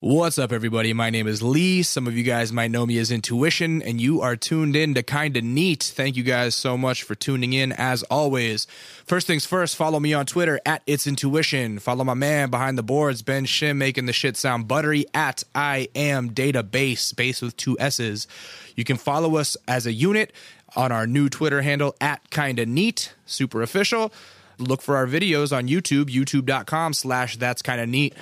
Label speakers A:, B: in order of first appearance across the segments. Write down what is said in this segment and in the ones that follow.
A: What's up, everybody? My name is Lee. Some of you guys might know me as Intuition, and you are tuned in to Kinda Neat. Thank you guys so much for tuning in, as always. First things first, follow me on Twitter at It's Intuition. Follow my man behind the boards, Ben Shim, making the shit sound buttery at I Am Database, base with two S's. You can follow us as a unit on our new Twitter handle at Kinda Neat, super official. Look for our videos on YouTube, youtube.com slash that's kinda neat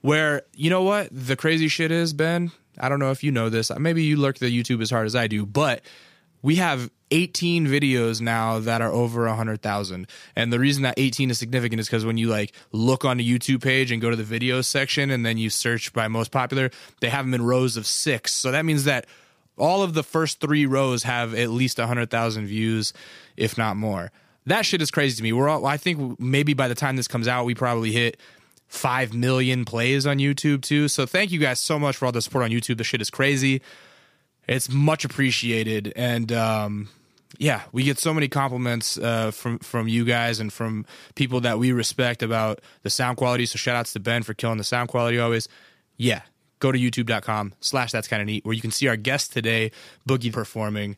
A: where you know what the crazy shit is ben i don't know if you know this maybe you lurk the youtube as hard as i do but we have 18 videos now that are over 100000 and the reason that 18 is significant is because when you like look on the youtube page and go to the videos section and then you search by most popular they have them in rows of six so that means that all of the first three rows have at least 100000 views if not more that shit is crazy to me we're all i think maybe by the time this comes out we probably hit 5 million plays on YouTube too. So thank you guys so much for all the support on YouTube. The shit is crazy. It's much appreciated and um yeah, we get so many compliments uh, from from you guys and from people that we respect about the sound quality. So shout outs to Ben for killing the sound quality always. Yeah, go to youtube.com slash that's kind of neat where you can see our guest today, Boogie performing.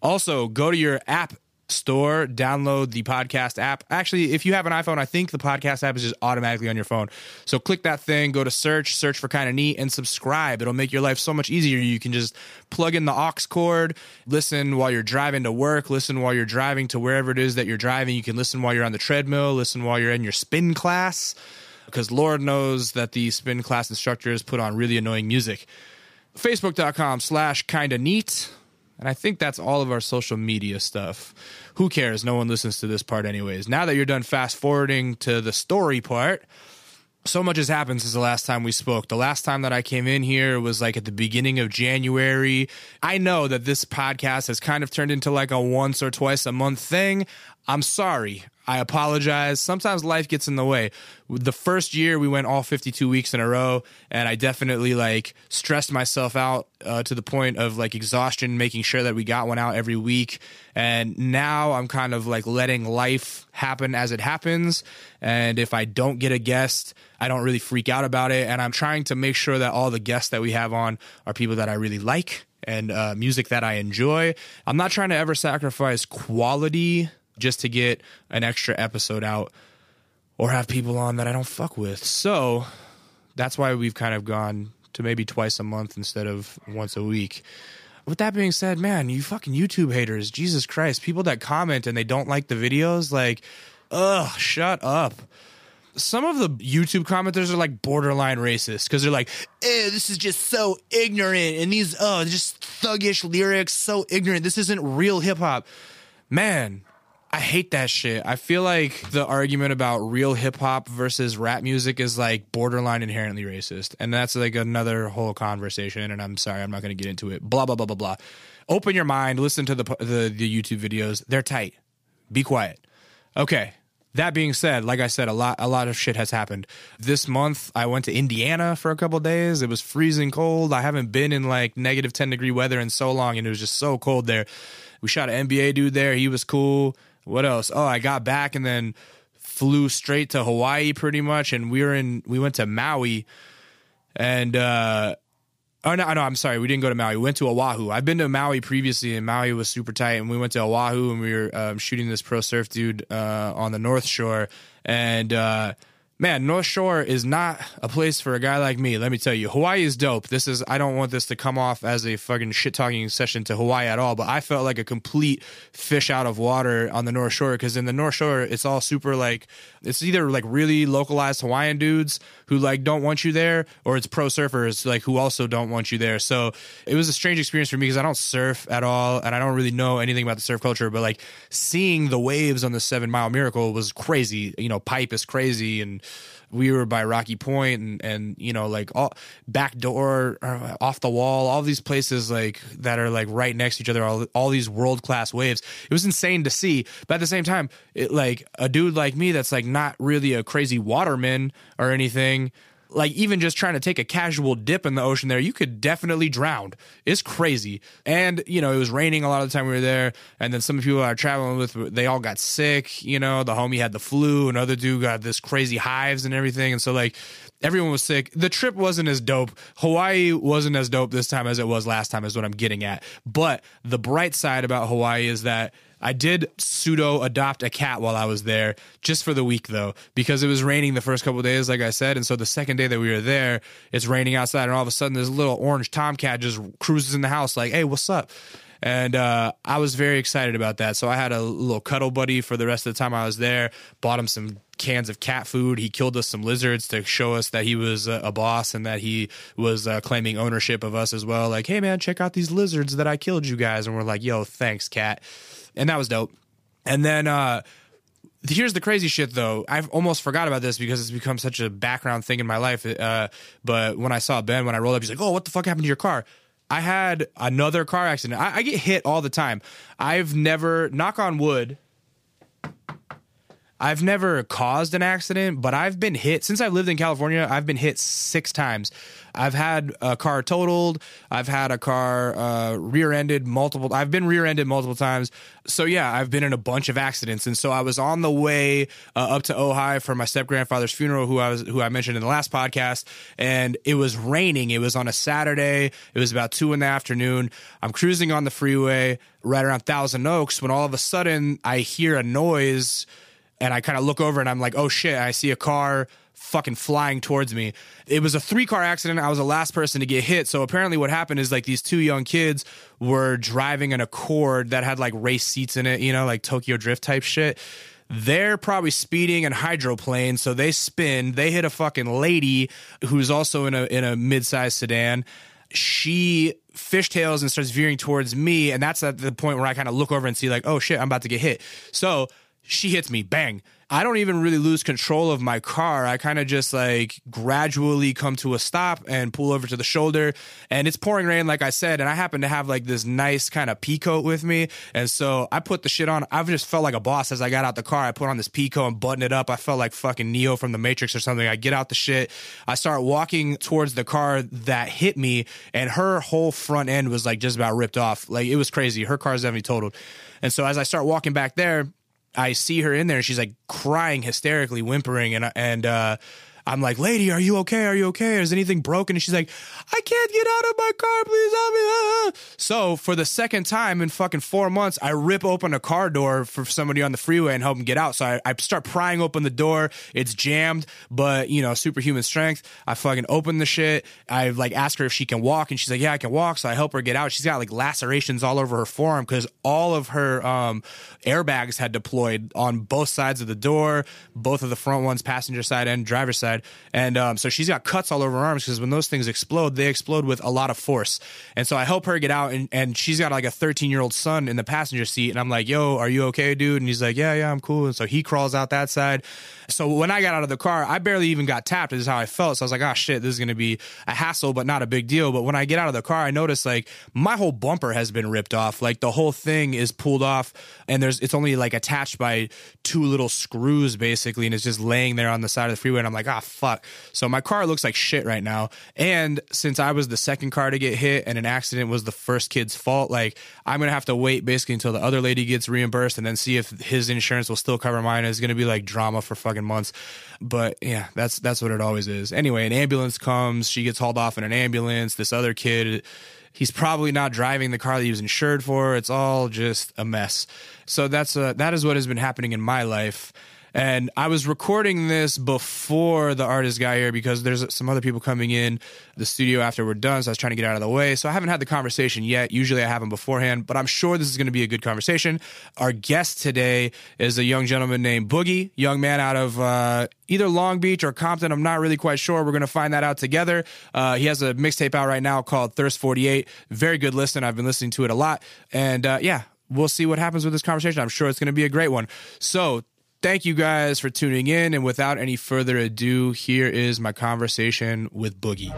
A: Also, go to your app store, download the podcast app. Actually, if you have an iPhone, I think the podcast app is just automatically on your phone. So click that thing, go to search, search for kind of neat, and subscribe. It'll make your life so much easier. You can just plug in the aux cord, listen while you're driving to work, listen while you're driving to wherever it is that you're driving. You can listen while you're on the treadmill, listen while you're in your spin class, because Lord knows that the spin class instructors put on really annoying music. Facebook.com slash kinda neat. And I think that's all of our social media stuff. Who cares? No one listens to this part, anyways. Now that you're done fast forwarding to the story part, so much has happened since the last time we spoke. The last time that I came in here was like at the beginning of January. I know that this podcast has kind of turned into like a once or twice a month thing. I'm sorry. I apologize. Sometimes life gets in the way. The first year we went all 52 weeks in a row, and I definitely like stressed myself out uh, to the point of like exhaustion, making sure that we got one out every week. And now I'm kind of like letting life happen as it happens. And if I don't get a guest, I don't really freak out about it. And I'm trying to make sure that all the guests that we have on are people that I really like and uh, music that I enjoy. I'm not trying to ever sacrifice quality just to get an extra episode out or have people on that I don't fuck with. So that's why we've kind of gone to maybe twice a month instead of once a week. With that being said, man, you fucking YouTube haters, Jesus Christ, people that comment and they don't like the videos, like, ugh, shut up. Some of the YouTube commenters are like borderline racist because they're like, eh, this is just so ignorant. And these, oh, just thuggish lyrics, so ignorant. This isn't real hip hop. Man, I hate that shit. I feel like the argument about real hip hop versus rap music is like borderline inherently racist. And that's like another whole conversation and I'm sorry, I'm not going to get into it. Blah blah blah blah blah. Open your mind, listen to the the the YouTube videos. They're tight. Be quiet. Okay. That being said, like I said, a lot a lot of shit has happened. This month I went to Indiana for a couple days. It was freezing cold. I haven't been in like negative 10 degree weather in so long and it was just so cold there. We shot an NBA dude there. He was cool what else? Oh, I got back and then flew straight to Hawaii pretty much and we were in we went to Maui and uh Oh no, no, I'm sorry. We didn't go to Maui. We went to Oahu. I've been to Maui previously, and Maui was super tight. And we went to Oahu, and we were um, shooting this pro surf dude uh, on the North Shore. And uh, man, North Shore is not a place for a guy like me. Let me tell you, Hawaii is dope. This is. I don't want this to come off as a fucking shit talking session to Hawaii at all. But I felt like a complete fish out of water on the North Shore because in the North Shore, it's all super like it's either like really localized Hawaiian dudes who like don't want you there, or it's pro surfers like who also don't want you there. So it was a strange experience for me because I don't surf at all and I don't really know anything about the surf culture. But like seeing the waves on the Seven Mile Miracle was crazy. You know, pipe is crazy, and we were by Rocky Point and and you know like all back door uh, off the wall, all these places like that are like right next to each other. All all these world class waves. It was insane to see, but at the same time, it like a dude like me that's like not really a crazy waterman or anything. Like even just trying to take a casual dip in the ocean there, you could definitely drown. It's crazy, and you know it was raining a lot of the time we were there. And then some people I was traveling with, they all got sick. You know, the homie had the flu, another dude got this crazy hives and everything. And so like Everyone was sick. The trip wasn't as dope. Hawaii wasn't as dope this time as it was last time, is what I'm getting at. But the bright side about Hawaii is that I did pseudo adopt a cat while I was there, just for the week though, because it was raining the first couple days, like I said. And so the second day that we were there, it's raining outside, and all of a sudden this little orange tomcat just cruises in the house, like, hey, what's up? And uh, I was very excited about that. So I had a little cuddle buddy for the rest of the time I was there, bought him some cans of cat food. He killed us some lizards to show us that he was a, a boss and that he was uh, claiming ownership of us as well. Like, hey, man, check out these lizards that I killed you guys. And we're like, yo, thanks, cat. And that was dope. And then, uh, here's the crazy shit though i've almost forgot about this because it's become such a background thing in my life uh, but when i saw ben when i rolled up he's like oh what the fuck happened to your car i had another car accident i, I get hit all the time i've never knock on wood I've never caused an accident, but I've been hit since I've lived in California. I've been hit six times. I've had a car totaled. I've had a car uh, rear-ended multiple. I've been rear-ended multiple times. So yeah, I've been in a bunch of accidents. And so I was on the way uh, up to Ojai for my step grandfather's funeral, who I was who I mentioned in the last podcast. And it was raining. It was on a Saturday. It was about two in the afternoon. I'm cruising on the freeway right around Thousand Oaks when all of a sudden I hear a noise and I kind of look over and I'm like, oh shit, I see a car fucking flying towards me. It was a three car accident. I was the last person to get hit. So apparently, what happened is like these two young kids were driving an Accord that had like race seats in it, you know, like Tokyo Drift type shit. They're probably speeding and hydroplane, so they spin. They hit a fucking lady who's also in a in a mid-sized sedan. She fishtails and starts veering towards me, and that's at the point where I kind of look over and see like, oh shit, I'm about to get hit. So she hits me bang i don't even really lose control of my car i kind of just like gradually come to a stop and pull over to the shoulder and it's pouring rain like i said and i happen to have like this nice kind of pea coat with me and so i put the shit on i've just felt like a boss as i got out the car i put on this pea coat and button it up i felt like fucking neo from the matrix or something i get out the shit i start walking towards the car that hit me and her whole front end was like just about ripped off like it was crazy her car's definitely totaled and so as i start walking back there I see her in there and she's like crying hysterically, whimpering, and and uh, I'm like, "Lady, are you okay? Are you okay? Is anything broken?" And she's like, "I can't get out of my car. Please help me!" Ah. So for the second time in fucking four months, I rip open a car door for somebody on the freeway and help them get out. So I, I start prying open the door. It's jammed, but you know, superhuman strength. I fucking open the shit. I like ask her if she can walk, and she's like, "Yeah, I can walk." So I help her get out. She's got like lacerations all over her forearm because all of her um, airbags had deployed on both sides of the door, both of the front ones, passenger side and driver's side. And um, so she's got cuts all over her arms because when those things explode, they explode with a lot of force. And so I help her get out, and, and she's got like a 13 year old son in the passenger seat. And I'm like, yo, are you okay, dude? And he's like, yeah, yeah, I'm cool. And so he crawls out that side. So when I got out of the car, I barely even got tapped, is how I felt. So I was like, oh shit, this is going to be a hassle, but not a big deal. But when I get out of the car, I notice like my whole bumper has been ripped off. Like the whole thing is pulled off, and there's it's only like attached by two little screws basically, and it's just laying there on the side of the freeway. And I'm like, ah, fuck. So my car looks like shit right now. And since I was the second car to get hit and an accident was the first kid's fault, like I'm gonna have to wait basically until the other lady gets reimbursed and then see if his insurance will still cover mine. It's gonna be like drama for fucking months. But yeah, that's that's what it always is. Anyway, an ambulance comes, she gets hauled off in an ambulance. This other kid he's probably not driving the car that he was insured for. It's all just a mess. So that's uh, that is what has been happening in my life. And I was recording this before the artist guy here because there's some other people coming in the studio after we're done. So I was trying to get out of the way. So I haven't had the conversation yet. Usually I have them beforehand, but I'm sure this is going to be a good conversation. Our guest today is a young gentleman named Boogie, young man out of uh, either Long Beach or Compton. I'm not really quite sure. We're going to find that out together. Uh, he has a mixtape out right now called Thirst 48. Very good listen. I've been listening to it a lot. And uh, yeah, we'll see what happens with this conversation. I'm sure it's going to be a great one. So, thank you guys for tuning in. And without any further ado, here is my conversation with Boogie.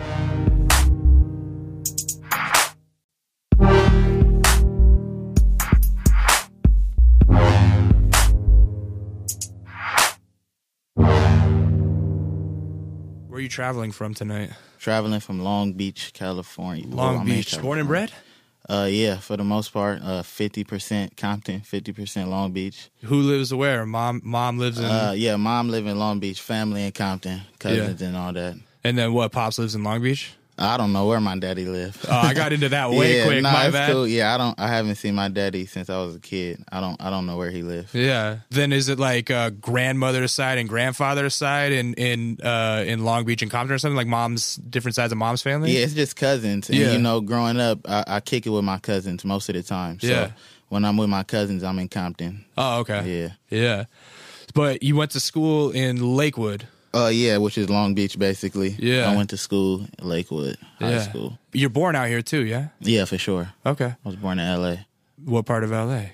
A: Where are you traveling from tonight?
B: Traveling from Long Beach, California. Well,
A: Long
B: I'm in
A: Beach. Born and bred?
B: California. Uh, yeah, for the most part, uh, fifty percent Compton, fifty percent Long Beach.
A: Who lives where? Mom mom lives in
B: Uh, yeah, mom live in Long Beach, family in Compton, cousins and all that.
A: And then what? Pops lives in Long Beach.
B: I don't know where my daddy lived.
A: Oh, I got into that way
B: yeah,
A: quick.
B: nah,
A: my
B: it's
A: bad.
B: cool. Yeah, I don't. I haven't seen my daddy since I was a kid. I don't. I don't know where he lived.
A: Yeah. Then is it like uh, grandmother's side and grandfather's side in in uh, in Long Beach and Compton or something like mom's different sides of mom's family?
B: Yeah, it's just cousins. And,
A: Yeah.
B: You know, growing up, I, I kick it with my cousins most of the time. So
A: Yeah.
B: When I'm with my cousins, I'm in Compton.
A: Oh, okay.
B: Yeah.
A: Yeah. But you went to school in Lakewood.
B: Uh, yeah, which is Long Beach, basically.
A: Yeah.
B: I went to school at Lakewood High
A: yeah.
B: School.
A: You're born out here too, yeah?
B: Yeah, for sure.
A: Okay.
B: I was born in L.A.
A: What part of LA?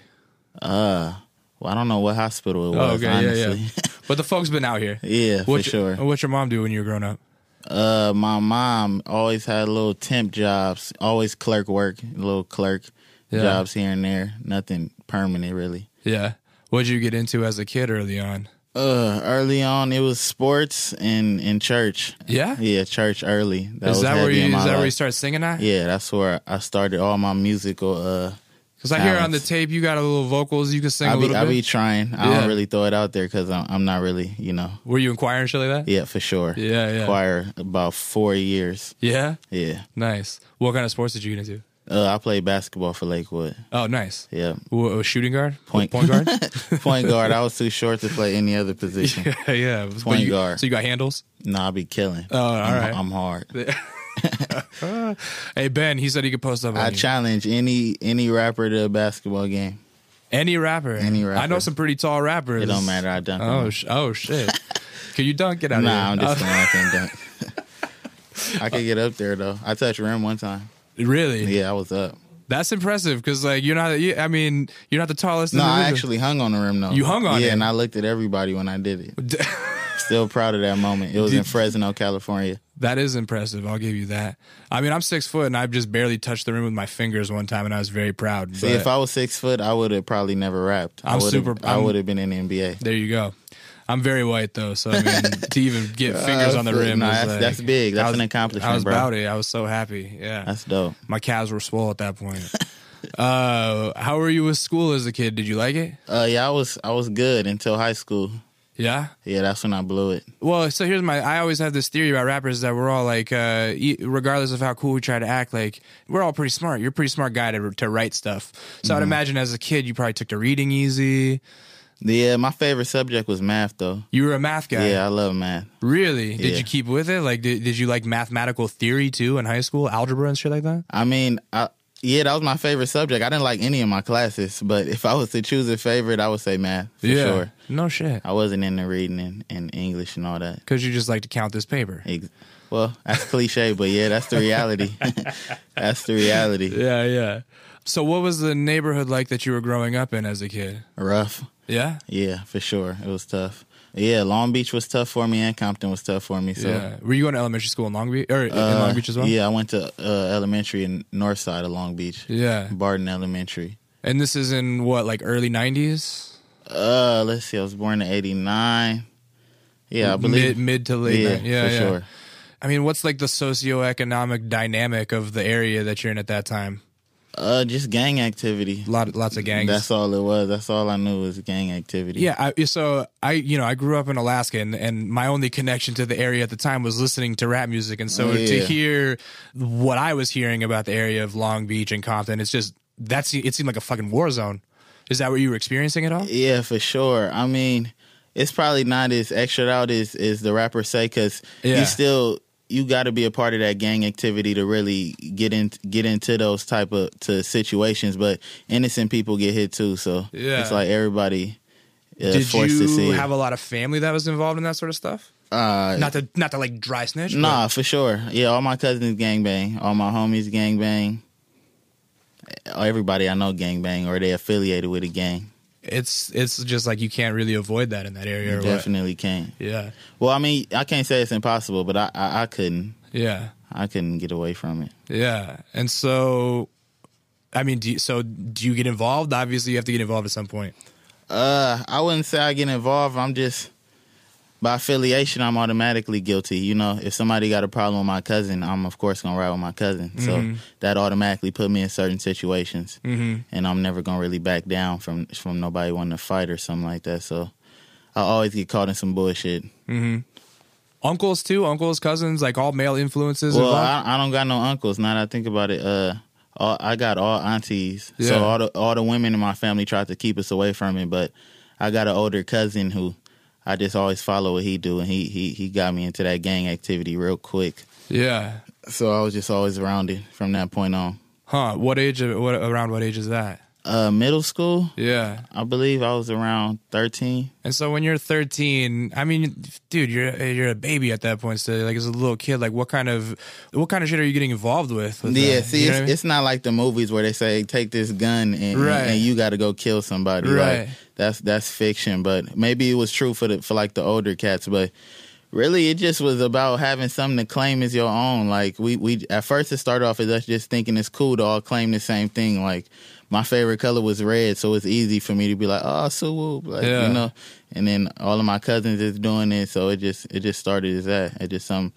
B: Uh, well, I don't know what hospital it
A: Oh,
B: was,
A: okay.
B: honestly.
A: Yeah, yeah. But the folks been out here.
B: Yeah, for
A: What's your-
B: sure.
A: What's your mom do when you were growing up?
B: Uh, my mom always had little temp jobs, always clerk work, little clerk
A: Yeah.
B: jobs here and there, nothing permanent really.
A: Yeah. What'd you get into as a kid early on?
B: Uh, early on it was sports and in church.
A: Yeah.
B: Yeah, church early.
A: is
B: That was
A: that where
B: heavy
A: you
B: in
A: is
B: my
A: that where you
B: life.
A: start singing at?
B: Yeah, that's where I started all my musical. Uh,
A: Because I hear on the
B: Talents.
A: tape you got a little vocals, you can sing
B: I
A: a
B: be
A: little
B: I
A: bit.
B: be trying. I
A: Yeah.
B: don't really throw it out there because I'm I'm not really you know.
A: Were you in choir and shit like that?
B: Yeah, for sure.
A: Yeah, yeah.
B: Choir about four years.
A: Yeah?
B: Yeah.
A: Nice. What kind of sports did you get into?
B: Uh, I played basketball for Lakewood.
A: Oh, nice.
B: Yeah.
A: Wha- shooting guard?
B: Point-
A: Point guard?
B: Point guard. I was too short to play any other position.
A: yeah, yeah. But
B: Point
A: you-
B: guard.
A: So you got handles?
B: No, I'll be killing.
A: Oh, all
B: I'm,
A: right.
B: I'm hard.
A: Ah. Hey, Ben, he said he could post up on
B: I
A: you.
B: challenge any any rapper to a basketball game.
A: Any rapper.
B: Any
A: I know
B: rapper.
A: some pretty tall rappers.
B: It don't matter. I dunk.
A: Oh,
B: them.
A: sh- oh shit. Can you dunk? Get out
B: nah, I'm
A: of here.
B: just kidding. I can't dunk. I could get up there though. I touched rim one time.
A: Uh, really?
B: Yeah, I was up.
A: That's impressive because, like, you're not, you, I mean, you're not the tallest. in
B: No,
A: the
B: I
A: room.
B: actually hung on the rim though.
A: You hung on
B: Yeah,
A: it?
B: and I looked at everybody when I did it. Still proud of that moment. It was in
A: Did-
B: Fresno, California.
A: That is impressive. I'll give you that. I mean, I'm six foot and I've just barely touched the rim with my fingers one time, and I was very proud.
B: See,
A: but
B: if I was six foot, I would have probably never rapped. I
A: I'm
B: would've-
A: super-
B: I
A: I'm-
B: would have been in the NBA.
A: there you go. I'm very white though, so I mean, to even get fingers
B: Uh,
A: on the
B: for-
A: rim,
B: nah,
A: is,
B: that's,
A: like-
B: that's big. That's
A: I was-
B: an accomplishment,
A: I was
B: bro.
A: about it. I was so happy. Yeah,
B: That's dope.
A: my calves were swole at that point. uh, how were you with school as a kid? Did you like it?
B: Uh, yeah, I was I was good until high school.
A: Yeah.
B: Yeah, that's when I blew it.
A: Well, so here's my. I always have this theory about rappers that we're all like, uh, e- regardless of how cool we try to act, like we're all pretty smart. You're a pretty smart guy to to write stuff. So
B: Mm-hmm.
A: I'd imagine as a kid, you probably took to reading easy.
B: Yeah, my favorite subject was math though.
A: You were a math guy.
B: Yeah, I love math.
A: Really? Did
B: Yeah.
A: you keep with it? Like, did, did you like mathematical theory too in high school, algebra and shit like that?
B: I mean, I yeah, that was my favorite subject. I didn't like any of my classes, but if I was to choose a favorite, I would say math for sure.
A: No shit.
B: I wasn't into reading and, and English and all that.
A: Because you just like to count this paper.
B: Ex- Well, that's cliche, but yeah, that's the reality. that's the reality.
A: Yeah, yeah. So what was the neighborhood like that you were growing up in as a kid?
B: Rough.
A: Yeah.
B: Yeah, for sure. It was tough. Yeah, Long Beach was tough for me, and Compton was tough for me. So
A: yeah. Were you going to elementary school in Long Beach or in
B: Uh,
A: Long Beach as well?
B: Yeah, I went to uh, elementary in North Side of Long Beach,
A: Yeah.
B: Barton Elementary.
A: And this is in what, like early nineties?
B: Uh, let's see, I was born in '89. Yeah, I believe.
A: mid, mid to late.
B: yeah,
A: Yeah, yeah,
B: for
A: yeah.
B: sure.
A: I mean, what's like the socioeconomic dynamic of the area that you're in at that time?
B: Uh, just gang activity.
A: Lot, lots of gangs.
B: That's all it was. That's all I knew was gang activity.
A: yeah, I, so I, you know, I grew up in Alaska, and, and my only connection to the area at the time was listening to rap music, and so
B: Yeah.
A: to hear what I was hearing about the area of Long Beach and Compton, it's just that's it seemed like a fucking war zone. Is that what you were experiencing at all?
B: Yeah, for sure. I mean, it's probably not as extra out as, as the rappers say because
A: Yeah.
B: you still you got to be a part of that gang activity to really get in get into those type of to situations. But innocent people get hit too, so
A: Yeah.
B: it's like everybody uh,
A: Did
B: forced to see.
A: you
B: it.
A: have a lot of family that was involved in that sort of stuff?
B: uh,
A: Not to not to like dry snitch. but-
B: nah, for sure. Yeah, all my cousins gangbang, all my homies gangbang. Everybody I know gangbang or they affiliated with a gang.
A: it's it's just like you can't really avoid that in that area. Or what.
B: Definitely can't.
A: Yeah,
B: Well, I mean, I can't say it's impossible, but I, I, I couldn't.
A: yeah,
B: I couldn't get away from it.
A: yeah. And so, I mean, do you, so do you get involved? Obviously, you have to get involved at some point.
B: Uh, I wouldn't say I get involved. I'm just by affiliation, I'm automatically guilty. You know, if somebody got a problem with my cousin, I'm of course gonna ride with my cousin. So that automatically put me in certain situations, mm-hmm. and I'm never gonna really back down from from nobody wanting to fight or something like that. So I always get caught in some bullshit.
A: Mm-hmm. uncles too, uncles, cousins, like all male influences.
B: Well,
A: involved?
B: I, I don't got no uncles. Now that I think about it, uh, all, I got all aunties.
A: Yeah.
B: So all the all the women in my family tried to keep us away from it, but I got an older cousin who I just always follow what he do, and he he he got me into that gang activity real quick.
A: yeah,
B: So I was just always around it from that point on.
A: huh? What age? What around? What age is that?
B: Uh, middle school,
A: Yeah.
B: I believe I was around thirteen.
A: And so when you're 13, I mean, dude, you're you're a baby at that point. So like, as a little kid, like, what kind of what kind of shit are you getting involved with? with
B: Yeah,
A: that?
B: see,
A: You know
B: it's,
A: what I mean?
B: it's not like the movies where they say take this gun and,
A: Right.
B: and you got to go kill somebody.
A: Right.
B: Like, that's that's fiction, but maybe it was true for the for like the older cats, but really it just was about having something to claim as your own. Like we we at first it started off as us just thinking it's cool to all claim the same thing. Like my favorite color was red, so it's easy for me to be like, oh, so whoop," like
A: Yeah.
B: you know. And then all of my cousins is doing it, so it just it just started as that. It just some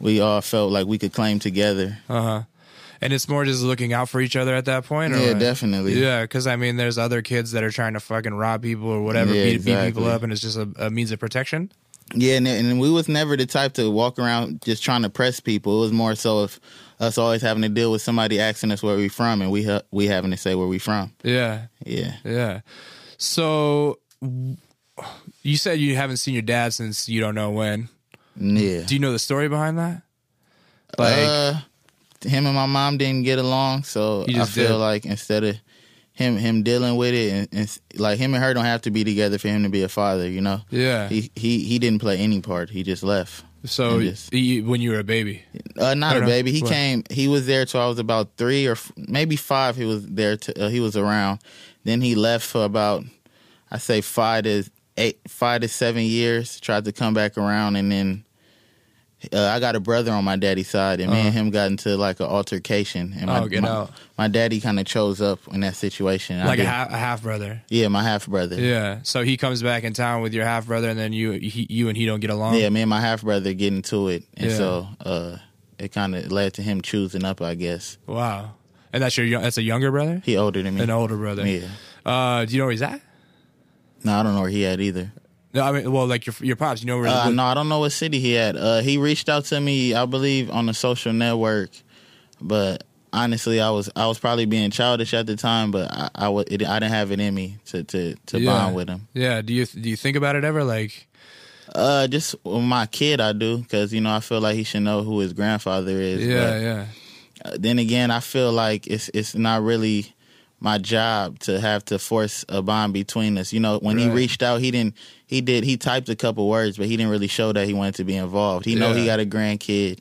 B: we all felt like we could claim together.
A: and it's more just looking out for each other at that point. Or
B: yeah,
A: what?
B: definitely.
A: Yeah, because I mean, there's other kids that are trying to fucking rob people or whatever,
B: Yeah,
A: beat, beat people
B: exactly.
A: up, and it's just a, a means of protection.
B: Yeah, and, and we was never the type to walk around just trying to press people. It was more so of us always having to deal with somebody asking us where we from, and we ha- we having to say where we from.
A: Yeah,
B: Yeah,
A: yeah. So w- you said you haven't seen your dad since you don't know when.
B: yeah.
A: Do you know the story behind that? Like,
B: uh, him and my mom didn't get along, so
A: You
B: I
A: just
B: feel
A: did.
B: like instead of him him dealing with it, and, and s- like him and her don't have to be together for him to be a father. You know,
A: yeah.
B: he he he didn't play any part. He just left.
A: so
B: and just-
A: you, when you were a baby,
B: Uh, not
A: Or
B: a
A: no?
B: baby. He
A: What?
B: came. He was there till I was about three or f- maybe five. He was there. To, uh, he was around. Then he left for about, I say five to eight, five to seven years. Tried to come back around, and then uh, I got a brother on my daddy's side, and me and him got into like an altercation. And my,
A: Uh-huh. Oh, get
B: my,
A: out.
B: my daddy kind of chose up in that situation. I
A: like a
B: did-
A: half, a half brother.
B: yeah, my half brother.
A: Yeah. So he comes back in town with your half brother, and then you he, you and he don't get along.
B: Yeah, me and my half brother get into it,
A: uh-huh.
B: and
A: Yeah.
B: so uh, it kind of led to him choosing up. I guess
A: Wow. And that's your yo- that's a younger brother,
B: he older than me.
A: an older brother.
B: Yeah.
A: Uh, do you know where he's at?
B: No, I don't know where he at either.
A: No, I mean, well, like your your pops. You know where?
B: Uh,
A: what-
B: no, I don't know what city he at. Uh, he reached out to me, I believe, on a social network, but honestly, I was I was probably being childish at the time, but I I, wa- it, I didn't have it in me to to, to
A: Yeah.
B: bond with him.
A: Yeah. Do you do you think about it ever? Like,
B: Uh, just with my kid, I do because you know I feel like he should know who his grandfather is.
A: yeah,
B: but-
A: yeah,
B: Uh, then again, I feel like it's it's not really my job to have to force a bond between us. You know, when he
A: Right.
B: reached out, he didn't. He did. He typed a couple words, but he didn't really show that he wanted to be involved. He know
A: Yeah.
B: he got a grandkid,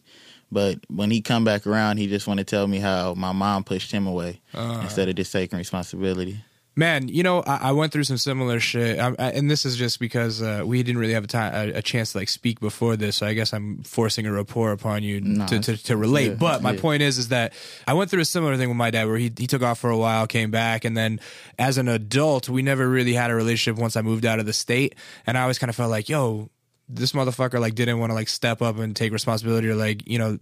B: but when he come back around, he just want to tell me how my mom pushed him away
A: Uh-huh.
B: instead of just taking responsibility.
A: Man, you know, I, I went through some similar shit, I, I, and this is just because uh, we didn't really have a time, a, a chance to like speak before this. So I guess I'm forcing a rapport upon you to, to, to relate.
B: yeah,
A: but my
B: yeah.
A: point is, is that I went through a similar thing with my dad, where he he took off for a while, came back, and then as an adult, we never really had a relationship. Once I moved out of the state, and I always kind of felt like, yo, this motherfucker like didn't want to like step up and take responsibility or like you know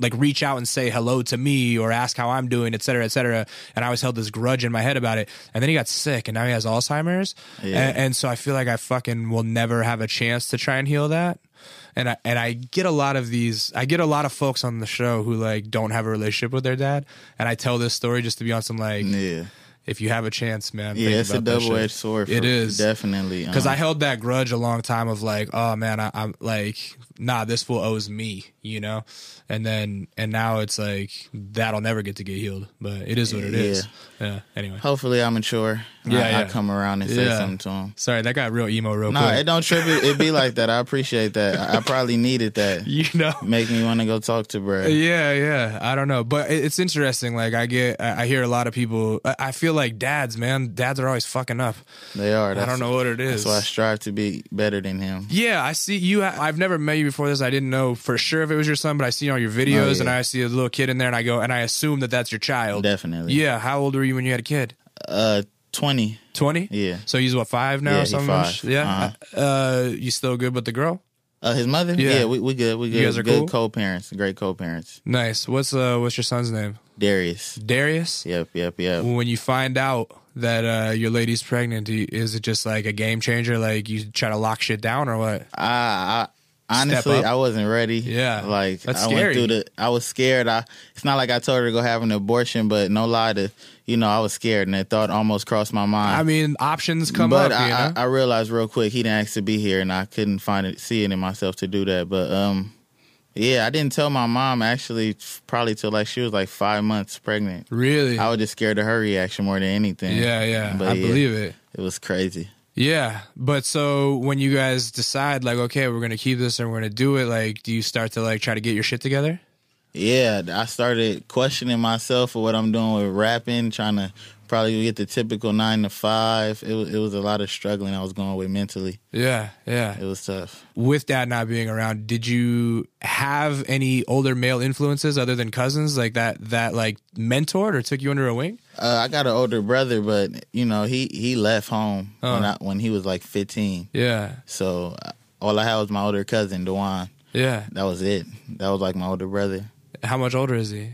A: like reach out and say hello to me or ask how I'm doing, et cetera, et cetera. And I always held this grudge in my head about it. And then he got sick and now he has Alzheimer's.
B: Yeah.
A: And, and so I feel like I fucking will never have a chance to try and heal that. And I, and I get a lot of these, I get a lot of folks on the show who like don't have a relationship with their dad. And I tell this story just to be on some like,
B: Yeah,
A: if you have a chance, man.
B: yeah,
A: think
B: it's a
A: about that
B: double edged
A: shit.
B: sword.
A: It
B: for-
A: is.
B: definitely
A: Because
B: um,
A: I held that grudge a long time of like, oh man, I, I'm like, nah, this fool owes me, you know, and then and now it's like that'll never get to get healed, but it is what it
B: Yeah.
A: is. Yeah. Anyway,
B: Hopefully, I'm mature.
A: Yeah,
B: Yeah, I,
A: yeah.
B: I come around and say
A: Yeah.
B: something to him.
A: sorry that got real emo real
B: No,
A: quick.
B: it don't trip. It, it be like that. I appreciate that. I, I probably needed that.
A: you know,
B: Make me want to go talk to bro.
A: Yeah, yeah. I don't know, but it- it's interesting. Like I get, I I hear a lot of people. I I feel like dads, man. Dads are always fucking up.
B: They are.
A: I
B: That's,
A: don't know what it is.
B: That's why I strive to be better than him.
A: Yeah, I see you. I've never met you before this. I didn't know for sure if it was your son, but I see all your videos
B: Oh, yeah.
A: and I see a little kid in there and I go and I assume that that's your child.
B: Definitely.
A: Yeah. How old were you when you had a kid?
B: Uh, twenty.
A: 20?
B: Yeah.
A: So he's what, five now
B: Yeah,
A: or
B: he
A: something?
B: five. Uh-huh.
A: Yeah. uh you still good with the girl?
B: Uh, his mother.
A: Yeah.
B: Yeah. we we good. We good.
A: guys are
B: good
A: cool?
B: co-parents. Great co-parents.
A: Nice. What's uh what's your son's name?
B: Darius.
A: Darius?
B: Yep. Yep. Yep.
A: When you find out that uh your lady's pregnant, do you- is it just like a game changer? Like you try to lock shit down or what?
B: I I Honestly,
A: up.
B: I wasn't ready.
A: Yeah.
B: like
A: That's
B: I
A: scary.
B: went through the. I was scared. I. It's not like I told her to go have an abortion, but no lie to, you know, I was scared, and that thought almost crossed my mind.
A: I mean, options come
B: Uh, but
A: up.
B: I,
A: you know?
B: I, I realized real quick he didn't ask to be here, and I couldn't find it, see it in myself to do that. But um, yeah, I didn't tell my mom actually f- probably till like she was like five months pregnant.
A: really?
B: I was just scared of her reaction more than anything.
A: yeah, yeah.
B: But
A: I
B: yeah,
A: believe it.
B: it was crazy.
A: Yeah, but so when you guys decide, like, okay, we're gonna keep this and we're gonna do it, like, do you start to like try to get your shit together?
B: Yeah, I started questioning myself for what I'm doing with rapping, trying to probably get the typical nine to five. It was, it was a lot of struggling I was going with mentally.
A: Yeah, yeah.
B: It was tough.
A: With dad not being around, did you have any older male influences other than cousins, like that that like mentored or took you under a wing?
B: Uh, I got an older brother, but you know he he left home when
A: Uh.
B: I, when he was like 15.
A: Yeah,
B: So uh, all I had was my older cousin, Dewan.
A: yeah.
B: That was it. That was like my older brother.
A: How much older is he?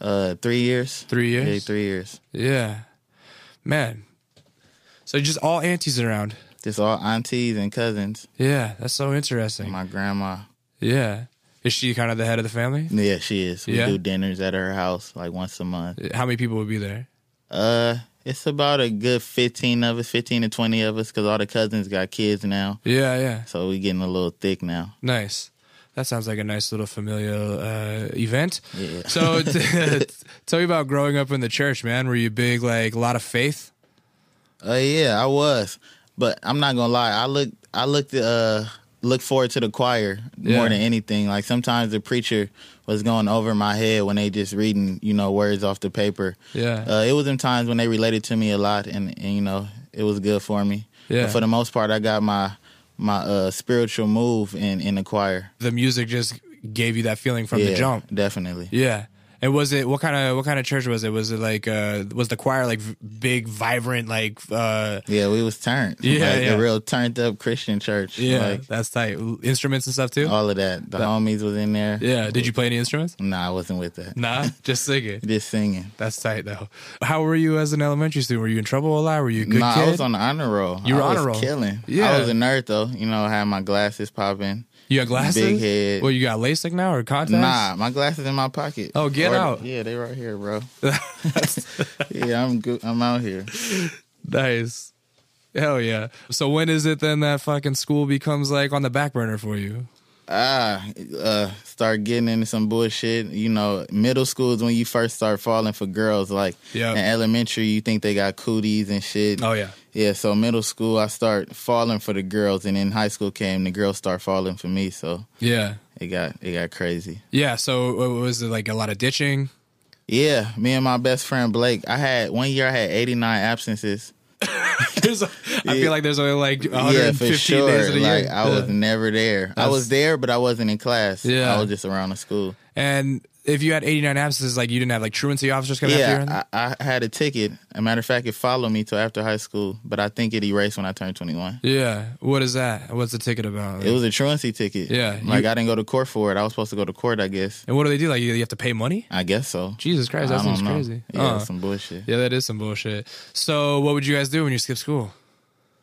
B: Uh, three years.
A: Three years.
B: Yeah, three years.
A: Yeah, man. So just all aunties around.
B: Just all aunties and cousins.
A: Yeah, that's so interesting.
B: My grandma.
A: yeah, is she kind of the head of the family?
B: Yeah, she is. We
A: Yeah.
B: do dinners at her house like once a month.
A: How many people would be there?
B: Uh, it's about a good fifteen of us, fifteen to twenty of us, because all the cousins got kids now,
A: Yeah, yeah.
B: so we getting a little thick now.
A: Nice. That sounds like a nice little familial uh, event.
B: Yeah.
A: So, t- tell me about growing up in the church, man. Were you big, like a lot of faith?
B: Uh, yeah, I was, but I'm not gonna lie. I look, I looked, uh, look forward to the choir
A: Yeah.
B: more than anything. Like sometimes the preacher was going over my head when they just reading, you know, words off the paper.
A: Yeah.
B: Uh, it was in times when they related to me a lot, and, and you know, it was good for me.
A: Yeah.
B: But for the most part, I got my my uh spiritual move in in the choir
A: the music just gave you that feeling from the
B: Yeah,
A: jump.
B: Definitely.
A: Yeah. And was it what kind of what kind of church was it? Was it like uh was the choir like v- big, vibrant, like uh
B: Yeah, we was turned.
A: Yeah,
B: like
A: yeah.
B: a real turned up Christian church.
A: yeah,
B: like Uh,
A: that's tight. Instruments and stuff too.
B: all of that. The homies was in there.
A: yeah. Did you play any instruments?
B: Nah, I wasn't with that.
A: Nah, just singing.
B: Just singing.
A: That's tight though. How were you as an elementary student? Were you in trouble a lot? Were you a good
B: nah,
A: kid?
B: I was on the honor roll.
A: You were
B: I was
A: honor roll.
B: Killing.
A: Yeah.
B: I was a nerd though. You know, I had my glasses popping.
A: you got glasses?
B: Big head.
A: Well, you got LASIK now or contacts?
B: Nah, my glasses in my pocket.
A: Oh, get out.
B: Yeah, they right here, bro. yeah, I'm good. I'm out here.
A: Nice. Hell yeah. So when is it then that fucking school becomes like on the back burner for you?
B: Ah, uh, start getting into some bullshit. You know, middle school is when you first start falling for girls. Like
A: Yep. Oh.
B: in elementary, you think they got cooties and shit.
A: yeah.
B: Yeah, so middle school I start falling for the girls, and then high school came, the girls start falling for me. So
A: Yeah.
B: it got it got crazy.
A: Yeah. So uh, was it like a lot of ditching?
B: Yeah, me and my best friend Blake, I had one year I had eighty nine absences.
A: There's a- I feel like there's only like
B: Yeah,
A: 115
B: for sure.
A: days in a
B: like
A: year.
B: I was never there. I was there, but I wasn't in class.
A: Yeah.
B: I was just around the school.
A: and if you had 89 absences, like you didn't have like truancy officers coming after you? or anything?
B: Yeah, I, I had a ticket. A matter of fact, it followed me till after high school, but I think it erased when I turned twenty one.
A: yeah. What is that? What's the ticket about?
B: It was a truancy ticket.
A: Yeah,
B: like
A: you-
B: I didn't go to court for it. I was supposed to go to court. I guess.
A: and what do they do? Like you you have to pay money?
B: I guess so.
A: Jesus Christ,
B: I
A: that
B: don't
A: seems
B: know.
A: crazy.
B: Yeah,
A: Uh,
B: some bullshit.
A: yeah, that is some bullshit. So what would you guys do when you skip school?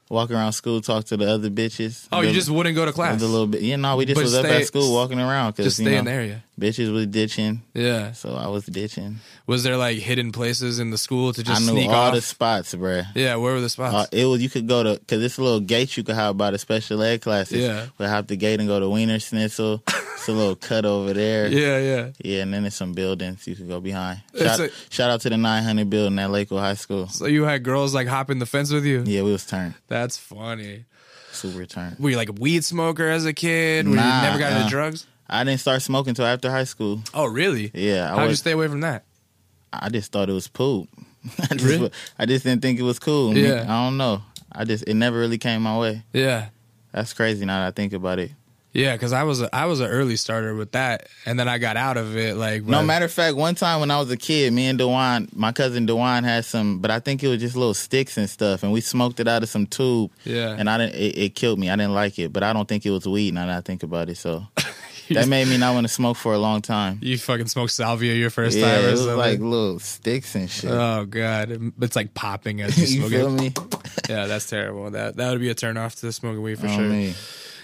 B: walk around school, talk to the other bitches.
A: Oh, you just wouldn't go to
B: a
A: class.
B: little bit. You know, we just
A: But
B: was up
A: stay-
B: at school walking around because
A: just
B: you
A: stay in the
B: know,
A: area.
B: bitches was ditching,
A: Yeah.
B: so I was ditching.
A: Was there like hidden places in the school to just
B: I knew
A: sneak
B: all
A: off?
B: the spots, bruh.
A: yeah, where were the
B: Uh,
A: spots?
B: it was you could go to because it's a little gate you could hop by the special ed classes.
A: Yeah.
B: we hop the gate and go to Wiener Schnitzel. it's a little cut over there.
A: yeah, yeah.
B: Yeah, and then there's some buildings you could go behind.
A: It's
B: Shout,
A: a-
B: shout out to the 900 building at Lakewood High School.
A: So you had girls like hopping the fence with you?
B: Yeah, we was turned,
A: That's funny.
B: super turned.
A: Were you like a weed smoker as a kid? Were you
B: Nah,
A: never got into
B: uh.
A: drugs?
B: I didn't start smoking until after high school.
A: Oh, really?
B: Yeah, I
A: How'd you
B: was.
A: stay away from that?
B: I just thought it was poop. I just,
A: Really?
B: I just didn't think it was cool. Me-
A: Yeah.
B: I don't know. I just it never really came my way.
A: Yeah.
B: That's crazy now that I think about it.
A: Yeah, because I was a, I was an early starter with that, and then I got out of it. Like,
B: No
A: but-
B: matter of fact, one time when I was a kid, me and Dewan, my cousin Dewan had some, but I think it was just little sticks and stuff, and we smoked it out of some tube.
A: Yeah.
B: And I didn't. It, it killed me. I didn't like it, but I don't think it was weed. Now that I think about it, so that made me not want to smoke for a long time.
A: you fucking smoked salvia your first
B: Yeah,
A: time. Or
B: it was
A: something.
B: like little sticks and shit.
A: oh god, it's like popping as you
B: you
A: smoke it.
B: feel me?
A: Yeah, that's terrible. That that would be a turn off to smoking weed for
B: Oh,
A: sure.
B: man.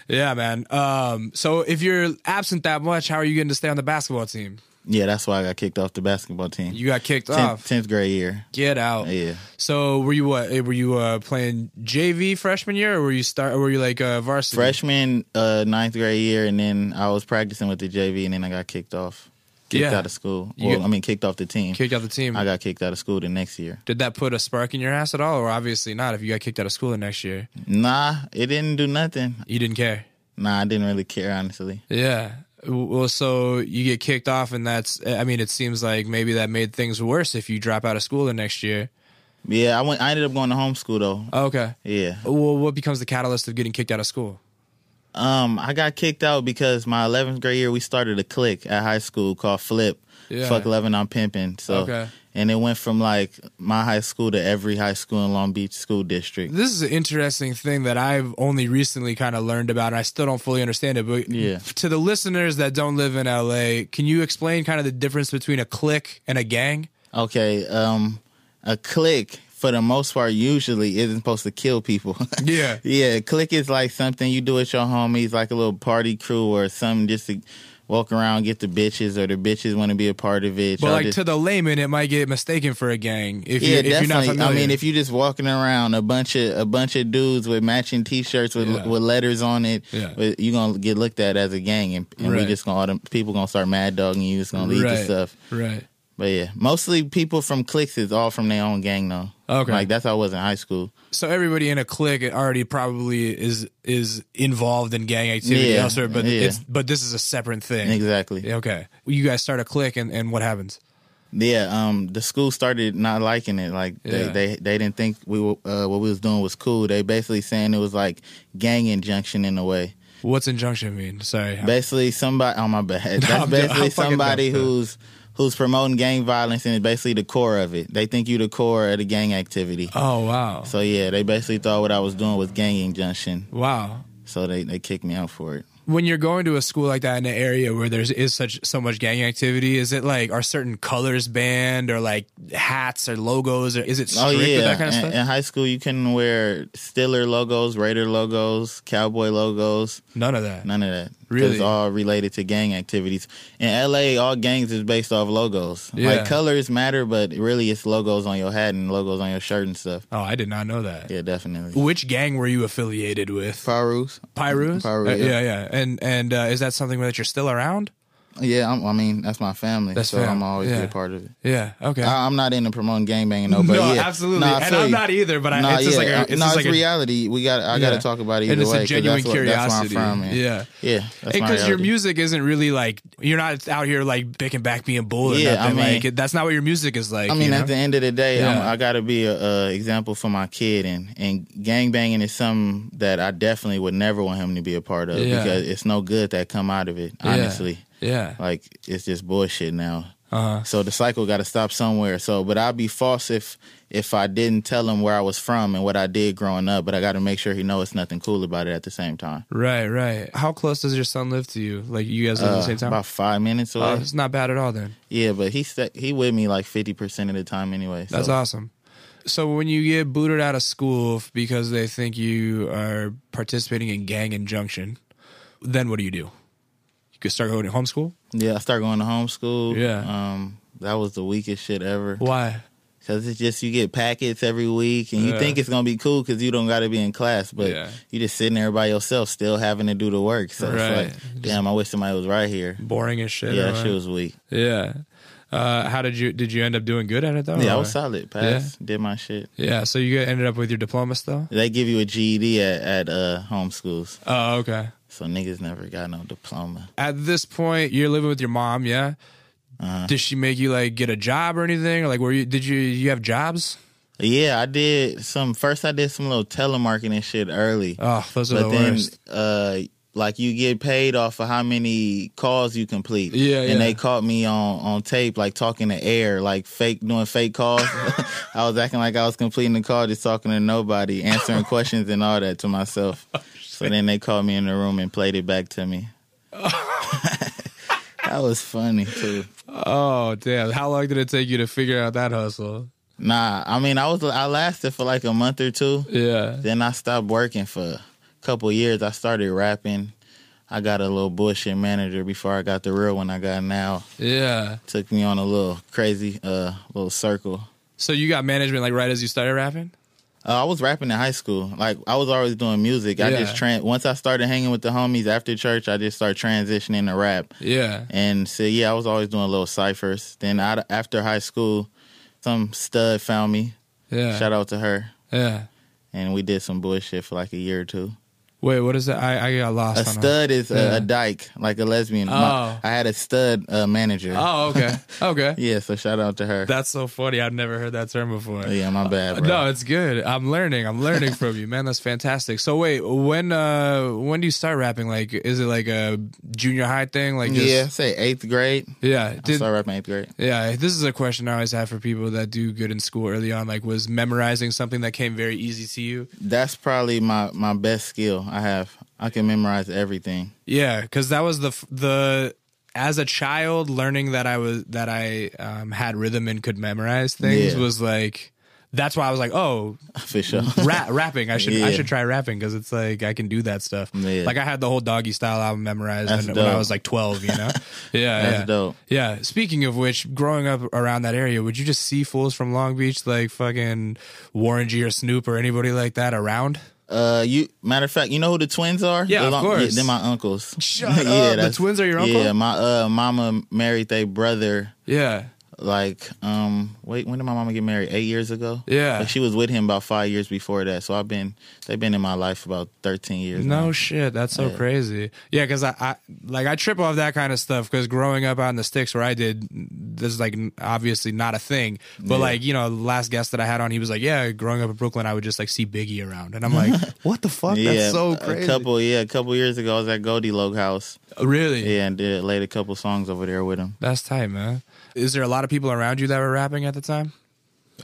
A: Yeah, man. Um, so if you're absent that much, how are you going to stay on the basketball team?
B: Yeah, that's why I got kicked off the basketball team.
A: You got kicked
B: tenth,
A: off.
B: tenth grade year.
A: Get out.
B: Yeah.
A: So were you what? eh, Were you uh, playing JV freshman year, or were you start? Or were you like uh, varsity?
B: Freshman, uh, ninth grade year, and then I was practicing with the JV, and then I got kicked off, kicked
A: Yeah.
B: out of school.
A: You
B: Well,
A: got-
B: I mean, kicked off the team.
A: Kicked out the team.
B: I got kicked out of school the next year.
A: Did that put a spark in your ass at all, or obviously not? If you got kicked out of school the next year,
B: Nah, it didn't do nothing.
A: you didn't care.
B: Nah, I didn't really care honestly.
A: Yeah. Well, so you get kicked off, and that's. I mean, it seems like maybe that made things worse if you drop out of school the next year.
B: Yeah, I went. I ended up going to homeschool though.
A: Okay.
B: Yeah.
A: Well, what becomes the catalyst of getting kicked out of school?
B: Um, I got kicked out because my 11th grade year we started a clique at high school called Flip.
A: Yeah.
B: Fuck 11, I'm pimping. So,
A: Okay.
B: and it went from like my high school to every high school in Long Beach school district.
A: This is an interesting thing that I've only recently kind of learned about, and I still don't fully understand it. But
B: Yeah.
A: to the listeners that don't live in LA, can you explain kind of the difference between a clique and a gang?
B: Okay, um, a clique for the most part usually isn't supposed to kill people.
A: Yeah.
B: yeah, a clique is like something you do with your homies, like a little party crew or something, just to walk around, get the bitches, or the bitches want to be a part of it.
A: But
B: Y'all
A: like
B: just-
A: to the layman, it might get mistaken for a gang if,
B: yeah,
A: you, if you're not
B: definitely.
A: familiar.
B: I mean, if you're just walking around a bunch of a bunch of dudes with matching T-shirts with
A: Yeah.
B: with letters on it,
A: Yeah.
B: with- you're gonna get looked at as a gang, and, and we
A: Right.
B: just gonna autom- people gonna start mad dogging you. It's gonna lead
A: right,
B: to stuff.
A: right.
B: But yeah, mostly people from cliques is all from their own gang though.
A: Okay.
B: like that's how I was in high school.
A: So everybody in a clique already probably is is involved in gang activity
B: Yeah,
A: elsewhere, but
B: yeah.
A: it's but this is a separate thing.
B: Exactly.
A: Yeah, Okay, Well, you guys start a clique, and, and what happens?
B: Yeah, um, the school started not liking it. Like they,
A: Yeah.
B: they, they didn't think we were, uh, what we was doing was cool. They basically saying it was like gang injunction in a way.
A: What's injunction mean? Sorry,
B: Basically, somebody on my bad. That's
A: I'm-
B: basically
A: I'm fucking
B: somebody
A: dumb, yeah.
B: who's who's promoting gang violence and it's basically the core of it. They think you the core of the gang activity.
A: Oh wow,
B: So yeah, they basically thought what I was doing was gang injunction.
A: wow.
B: So they they kicked me out for it.
A: When you're going to a school like that in an area where there's is such so much gang activity, is it like are certain colors banned or like hats or logos or is it strict
B: Oh yeah,
A: with that kind of
B: in,
A: stuff?
B: in high school you couldn't wear Stiller logos, Raider logos, Cowboy logos.
A: None of that.
B: None of that. 'Cause
A: Really?
B: It's all related to gang activities. In LA, all gangs is based off logos.
A: Yeah.
B: Like colors matter, but really it's logos on your hat and logos on your shirt and stuff.
A: Oh, I did not know that.
B: Yeah, definitely.
A: Which gang were you affiliated with?
B: Farus.
A: Pyrus. Uh,
B: Pyru, yeah.
A: yeah, yeah. And and uh, is that something that you're still around?
B: Yeah, I'm, I mean that's my family,
A: That's
B: so I'm
A: fam-
B: always
A: yeah.
B: a part of it.
A: Yeah. Okay.
B: I, I'm not into promoting gang banging though, Uh, but
A: no,
B: yeah.
A: absolutely.
B: Nah, I
A: and
B: feel
A: I'm
B: you.
A: not either. But I,
B: Nah,
A: it's just
B: yeah,
A: like a, it's
B: no,
A: just
B: it's
A: like a
B: reality. We got. I
A: Yeah.
B: got to talk about it either
A: And it's a
B: way. 'cause
A: genuine
B: that's what- that's where I'm
A: curiosity.
B: from, and-
A: Yeah.
B: yeah, that's my
A: because your
B: reality.
A: music isn't really like you're not out here like bicking back being bull or
B: Yeah, I
A: nothing.
B: mean-
A: like it, that's not what your music is like.
B: I
A: you
B: mean,
A: know?
B: at the end of the day, I'm,
A: Yeah.
B: I got to be a, a example for my kid, and and gang banging is something that I definitely would never want him to be a part of
A: Yeah.
B: because it's no good that come out of it.
A: Yeah.
B: Honestly,
A: yeah,
B: like it's just bullshit now.
A: uh-huh.
B: So the cycle got to stop somewhere. So, but I'd be false if if I didn't tell him where I was from and what I did growing up. But I got to make sure he knows it's nothing cool about it at the same time.
A: right, right. How close does your son live to you? Like you guys live at the
B: Uh,
A: same time?
B: About five minutes away.
A: Oh, it's not bad at all. Then
B: yeah, but he sta he with me like fifty percent of the time anyway. So.
A: that's awesome. So when you get booted out of school f- because they think you are participating in gang injunction, then what do you do? You could start going to homeschool.
B: Yeah, I started going to homeschool.
A: Yeah.
B: Um, that was the weakest shit ever.
A: Why?
B: Cause it's just you get packets every week, and you
A: Yeah.
B: think it's gonna be cool because you don't got to be in class, but
A: Yeah.
B: you just sitting there by yourself, still having to do the work. So
A: Right.
B: it's like, damn, I wish somebody was right here.
A: Boring as shit.
B: Yeah,
A: or
B: that shit was weak.
A: what? yeah. Uh, how did you did you end up doing good at it though?
B: Yeah, I was
A: or-
B: solid. Passed, did my shit.
A: Yeah, so you ended up with your diploma still?
B: They give you a GED at, at uh, home schools,
A: Oh, okay.
B: so niggas never got no diploma.
A: At this point, you're living with your mom, yeah?
B: Uh-huh.
A: Did she make you like get a job or anything? Or, Like, were you did you you have jobs?
B: Yeah, I did some. First, I did some little telemarketing shit early.
A: Oh, those are
B: but
A: the
B: then
A: worst.
B: uh like you get paid off of how many calls you complete.
A: Yeah,
B: And
A: yeah.
B: they caught me on on tape like talking to air, like fake doing fake calls. I was acting like I was completing the call, just talking to nobody, answering questions and all that to myself.
A: Oh,
B: so then they called me in the room and played it back to me. that was funny too.
A: Oh, damn. How long did it take you to figure out that hustle?
B: Nah, I mean I was I lasted for like a month or two.
A: Yeah.
B: Then I stopped working for a couple years, I started rapping. I got a little bullshit manager before I got the real one I got now.
A: Yeah.
B: Took me on a little crazy uh little circle.
A: So you got management like right as you started rapping?
B: Uh, I was rapping in high school. Like I was always doing music. I
A: Yeah.
B: just tran- once I started hanging with the homies after church, I just started transitioning to rap.
A: Yeah.
B: And so yeah, I was always doing little ciphers. Then I, after high school, some stud found me.
A: Yeah.
B: Shout out to her.
A: Yeah.
B: And we did some bullshit for like a year or two.
A: Wait, what is that? I, I got lost.
B: A
A: on
B: stud is
A: Yeah.
B: a, a dyke, like a lesbian. My-
A: Oh.
B: I had a stud uh, manager.
A: Oh, okay. Okay.
B: Yeah, so shout out to her.
A: That's so funny. I've never heard that term before.
B: yeah, my bad, bro.
A: No, it's good. I'm learning. I'm learning from you, man. That's fantastic. So wait, when uh when do you start rapping? Like, is it like a junior high thing? Like, just,
B: yeah, say eighth grade.
A: yeah.
B: I
A: Did,
B: started rapping eighth grade.
A: yeah. This is a question I always have for people that do good in school early on. Like, was memorizing something that came very easy to you?
B: That's probably my my best skill I have. I can memorize everything.
A: Yeah, because that was the f- the as a child learning that I was that I um, had rhythm and could memorize things
B: Yeah.
A: was like. That's why I was like, "Oh,
B: For sure.
A: rap, rapping. I should I
B: Yeah.
A: should try rapping because it's like I can do that stuff.
B: Yeah.
A: Like I had the whole doggy style album memorized
B: That's
A: when, when I
B: dope.
A: was like twelve. You know, yeah,
B: That's
A: yeah.
B: dope.
A: Yeah. Speaking of which, growing up around that area, would you just see fools from Long Beach like fucking Warren G or Snoop or anybody like that around?
B: Uh, you matter of fact, you know who the twins are?
A: Yeah,
B: They're
A: of course.
B: they're my uncles.
A: Shut up. The
B: that's-
A: twins are your uncle?
B: Yeah, my uh mama married their brother.
A: Yeah.
B: Like, um, wait, when did my mama get married? Eight years ago.
A: Yeah.
B: Like, she was with him about five years before that. So I've been they've been in my life about thirteen years.
A: No
B: now.
A: shit, that's so crazy. Yeah, because I, I like I trip off that kind of stuff because growing up out in the sticks where I did, this is like n- obviously not a thing. But like you know, the last guest that I had on, he was like, "Yeah, growing up in Brooklyn, I would just like see Biggie around," and I'm like, "What the fuck?
B: yeah,
A: that's so
B: a
A: crazy." Uh,
B: couple yeah, a couple years ago I was at Goldilocks house.
A: really?
B: Yeah, and did laid a couple songs over there with him.
A: That's tight, man. Is there a lot of people around you that were rapping at the time?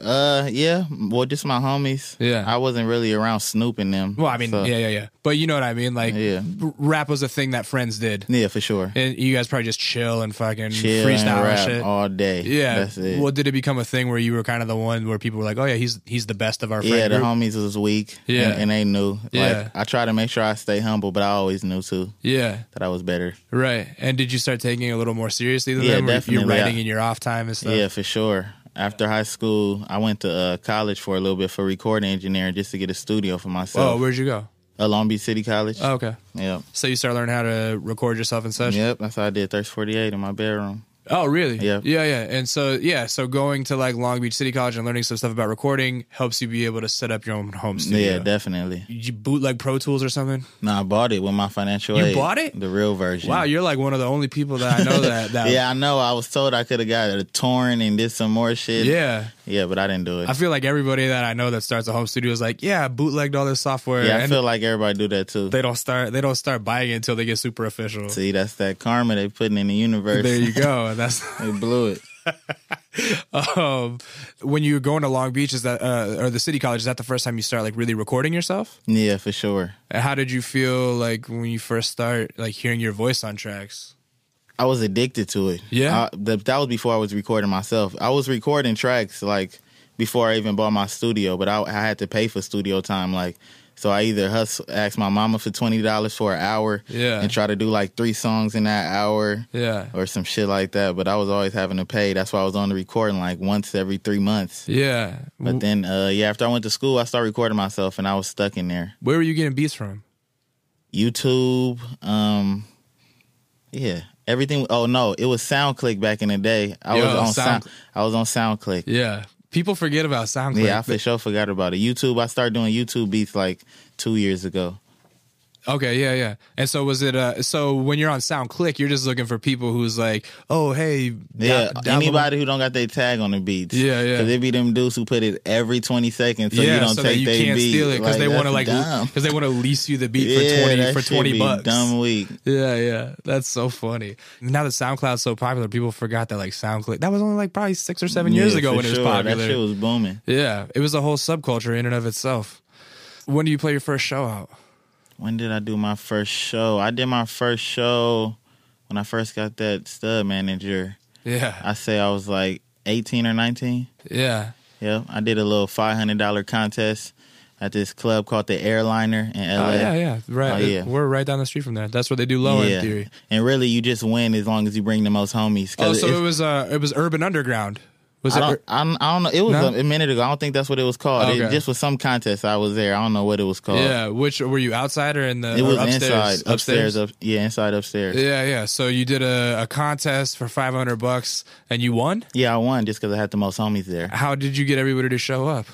B: Uh, yeah. Well, just my homies.
A: Yeah.
B: I wasn't really around snooping them.
A: Well, I mean,
B: so-
A: yeah, yeah, yeah. But you know what I mean? Like,
B: Yeah.
A: r- rap was a thing that friends did,
B: yeah, for sure.
A: and you guys probably just chill and fucking
B: Chill and
A: freestyle and
B: rap
A: shit.
B: all day.
A: Yeah.
B: that's it.
A: Well, did it become a thing where you were kind of the one where people were like, "Oh yeah, he's he's the best of our friend
B: yeah, the
A: group."
B: homies was weak.
A: Yeah.
B: and, and they knew.
A: Yeah.
B: Like I try to make sure I stay humble, but I always knew too
A: yeah,
B: that I was better.
A: right. And did you start taking it a little more seriously than
B: Yeah,
A: them? Were You're
B: definitely.
A: writing
B: I-
A: in your off time and stuff.
B: Yeah, for sure. After high school, I went to uh, college for a little bit for recording engineering just to get a studio for
A: Oh,
B: myself.
A: where'd you go?
B: uh, Long Beach City College.
A: Oh, okay.
B: Yep.
A: So you start learning how to record yourself and such.
B: Yep, that's how I did Thirst 48 in my bedroom.
A: Oh, really?
B: Yeah.
A: Yeah, yeah. And so yeah, so going to like Long Beach City College and learning some stuff about recording helps you be able to set up your own home studio.
B: Yeah, definitely.
A: Did you bootleg Pro Tools or something?
B: No, I bought it with my financial
A: You
B: aid.
A: bought it?
B: The real version.
A: Wow, you're like one of the only people that I know that. that
B: yeah, I know. I was told I could have got a torn and did some more shit.
A: Yeah.
B: Yeah, but I didn't do it.
A: I feel like everybody that I know that starts a home studio is like, yeah, I bootlegged all this software,
B: yeah, I
A: and
B: feel like everybody do that too.
A: they don't start they don't start buying it until they get super official.
B: See, that's that karma they putting in the universe.
A: There you go. And that's
B: they blew it.
A: um, when you were going to Long Beach, is that uh, or the city college? Is that the first time you start like really recording yourself?
B: Yeah, for sure.
A: And How did you feel like when you first start like hearing your voice on tracks?
B: I was addicted to it.
A: Yeah?
B: I, the, that was before I was recording myself. I was recording tracks like before I even bought my studio, but I, I had to pay for studio time. Like, so I either hustle, ask my mama for twenty dollars for an hour,
A: Yeah.
B: and try to do like three songs in that hour,
A: Yeah,
B: or some shit like that. But I was always having to pay. That's why I was on the recording like once every three months.
A: yeah.
B: But then, uh, yeah, after I went to school, I started recording myself, and I was stuck in there.
A: Where were you getting beats from?
B: YouTube, um, yeah, everything. Oh no, it was SoundClick back in the day. I
A: Yo,
B: was on
A: Sound-
B: Sound, I was on SoundClick.
A: Yeah, people forget about SoundCloud.
B: Yeah, I for sure forgot about it. YouTube, I started doing YouTube beats like two years ago.
A: Okay, yeah, yeah. And so was it? Uh, so when you're on SoundClick, you're just looking for people who's like, oh, hey, da-
B: Yeah,
A: download-
B: anybody who don't got their tag on the beats.
A: Yeah, yeah.
B: Because it be them dudes who put it every twenty seconds, so
A: yeah,
B: you don't
A: so that
B: take
A: you
B: their
A: can't
B: beat.
A: steal it because they want to
B: that's
A: like
B: dumb.
A: because they want to lease you the beat
B: yeah,
A: for twenty
B: that
A: for
B: shit
A: twenty
B: be
A: bucks.
B: Dumb week.
A: Yeah, yeah, that's so funny. Now that SoundCloud's so popular, people forgot that like SoundClick that was only like probably six or seven years
B: Yeah,
A: ago
B: for
A: when it was
B: sure. That shit
A: popular.
B: was booming.
A: yeah, it was a whole subculture in and of itself. When do you play your first show out?
B: When did I do my first show? I did my first show when I first got that stud manager.
A: Yeah,
B: I say I was like 18 or 19.
A: yeah,
B: Yeah, I did a little $500 contest. at this club called the Airliner in LA.
A: Oh yeah, yeah, right.
B: Oh, yeah.
A: We're right down the street from there. That's what they do low
B: Yeah.
A: in theory.
B: And really, you just win as long as you bring the most homies. 'Cause
A: Oh, so
B: it's-
A: it was uh, it was Urban Underground. Was
B: I
A: it?
B: don't, I don't, I don't know. It was
A: No?
B: a, a minute ago. I don't think that's what it was called. It
A: Okay.
B: just was some contest. I was there. I don't know what it was called.
A: yeah. Which were you outside or in the?
B: It was
A: or upstairs?
B: inside, upstairs, up, yeah, inside, upstairs. Yeah,
A: Yeah, yeah. So you did a, a contest for five hundred bucks and you won.
B: I won just because I had the most homies there.
A: How did you get everybody to show up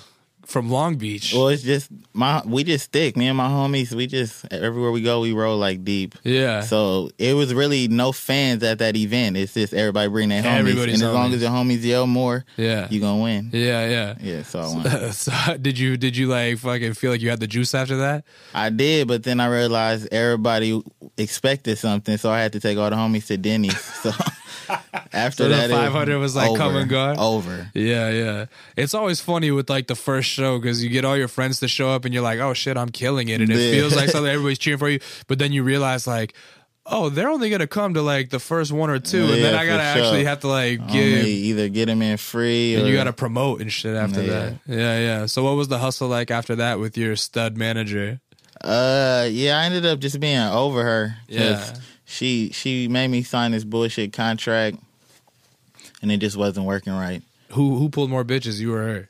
A: from Long Beach?
B: Well, it's just my we just stick. Me and my homies, we just everywhere we go, we roll like deep.
A: yeah.
B: So it was really no fans at that event. It's just everybody bring their homies,
A: Everybody's
B: and as long
A: homies.
B: as your homies yell more,
A: yeah.
B: you gonna win.
A: yeah. Yeah.
B: Yeah, so uh, I won.
A: so did you did you like fucking feel like you had the juice after that?
B: I did, but then I realized everybody expected something, so I had to take all the homies to Denny's. So after
A: So the
B: that, it
A: 500 was like,
B: over,
A: come and go?
B: Over.
A: Yeah, yeah. It's always funny with like the first show because you get all your friends to show up and you're like, oh shit, I'm killing it. And it
B: Yeah.
A: feels like something everybody's cheering for you. But then you realize, like, oh, they're only going to come to like the first one or two. and then
B: Yeah,
A: I got to
B: for sure. Oh,
A: actually have to like
B: Only
A: give.
B: either get them in free, or
A: And you got to promote and shit after
B: Yeah.
A: that. Yeah, yeah. So what was the hustle like after that with your stud manager?
B: Uh, yeah, I ended up just being over her. 'cause
A: Yeah.
B: she she made me sign this bullshit contract, and it just wasn't working right.
A: Who who pulled more bitches, you or her?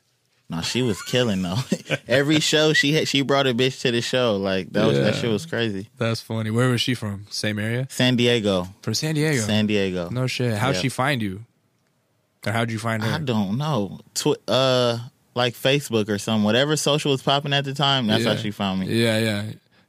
B: No, she was killing though. Every show she had, she brought a bitch to the show. Like that was that
A: Yeah.
B: shit was crazy.
A: That's funny. Where was she from? Same area?
B: San Diego,
A: From San Diego.
B: San Diego.
A: no shit. How'd
B: Yeah.
A: she find you? Or how'd you find her?
B: I don't know. Twi- uh, like Facebook or something. Whatever social was popping at the time, that's how
A: Yeah.
B: she found me.
A: Yeah, yeah.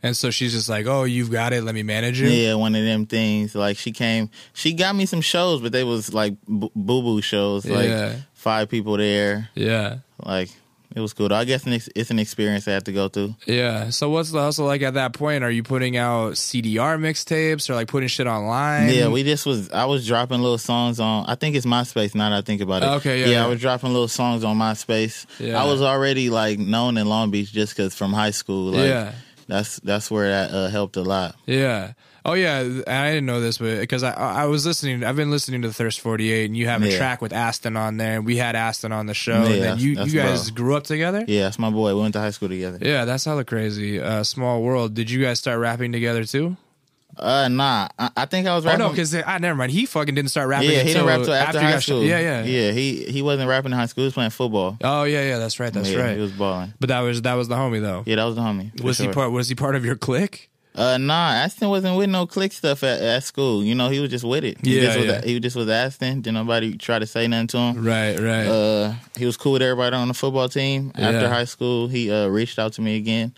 A: And so she's just like, "Oh, you've got it. Let me manage you."
B: Yeah. one of them things. Like she came, she got me some shows, but they was like boo boo shows. Like
A: Yeah.
B: five people there.
A: yeah,
B: Like it was cool. Though. I guess an ex- it's an experience I have to go through.
A: yeah. So what's the hustle like at that point? Are you putting out CDR mixtapes or like putting shit online?
B: yeah, we just was. I was dropping little songs on. I think it's MySpace. Now that I think about it.
A: Okay, yeah,
B: Yeah,
A: yeah.
B: I was dropping little songs on MySpace.
A: Yeah.
B: I was already like known in Long Beach just because from high school. Like,
A: Yeah.
B: That's that's where that uh, helped a lot.
A: Yeah. Oh yeah, and I didn't know this, but because I I was listening, I've been listening to Thirst Forty Eight, and you have a
B: Yeah.
A: track with Aston on there, and we had Aston on the show,
B: Yeah,
A: and then you
B: that's
A: you guys
B: bro.
A: grew up together.
B: Yeah, that's my boy. We went to high school together.
A: Yeah, that's hella crazy. Uh, small world. Did you guys start rapping together too?
B: Uh, nah, I, I think I was
A: Oh
B: rapping.
A: no, because I never mind. He fucking didn't start rapping.
B: yeah, he didn't
A: until
B: rap till after,
A: you
B: high
A: guys-
B: school.
A: Yeah, yeah,
B: yeah. He he wasn't rapping in high school. He was playing football.
A: Oh yeah, yeah. That's right. That's
B: yeah,
A: right.
B: He was balling.
A: But that was that was the homie though.
B: Yeah, that was the homie. for
A: was he
B: sure.
A: part? Was he part of your clique?
B: Uh, nah, Aston wasn't with no click stuff at, at school. You know, he was just with it. He
A: Yeah,
B: just was,
A: yeah.
B: He just was Aston. Didn't nobody try to say nothing to him.
A: Right, right.
B: Uh, he was cool with everybody on the football team.
A: Yeah.
B: After high school, he uh reached out to me again.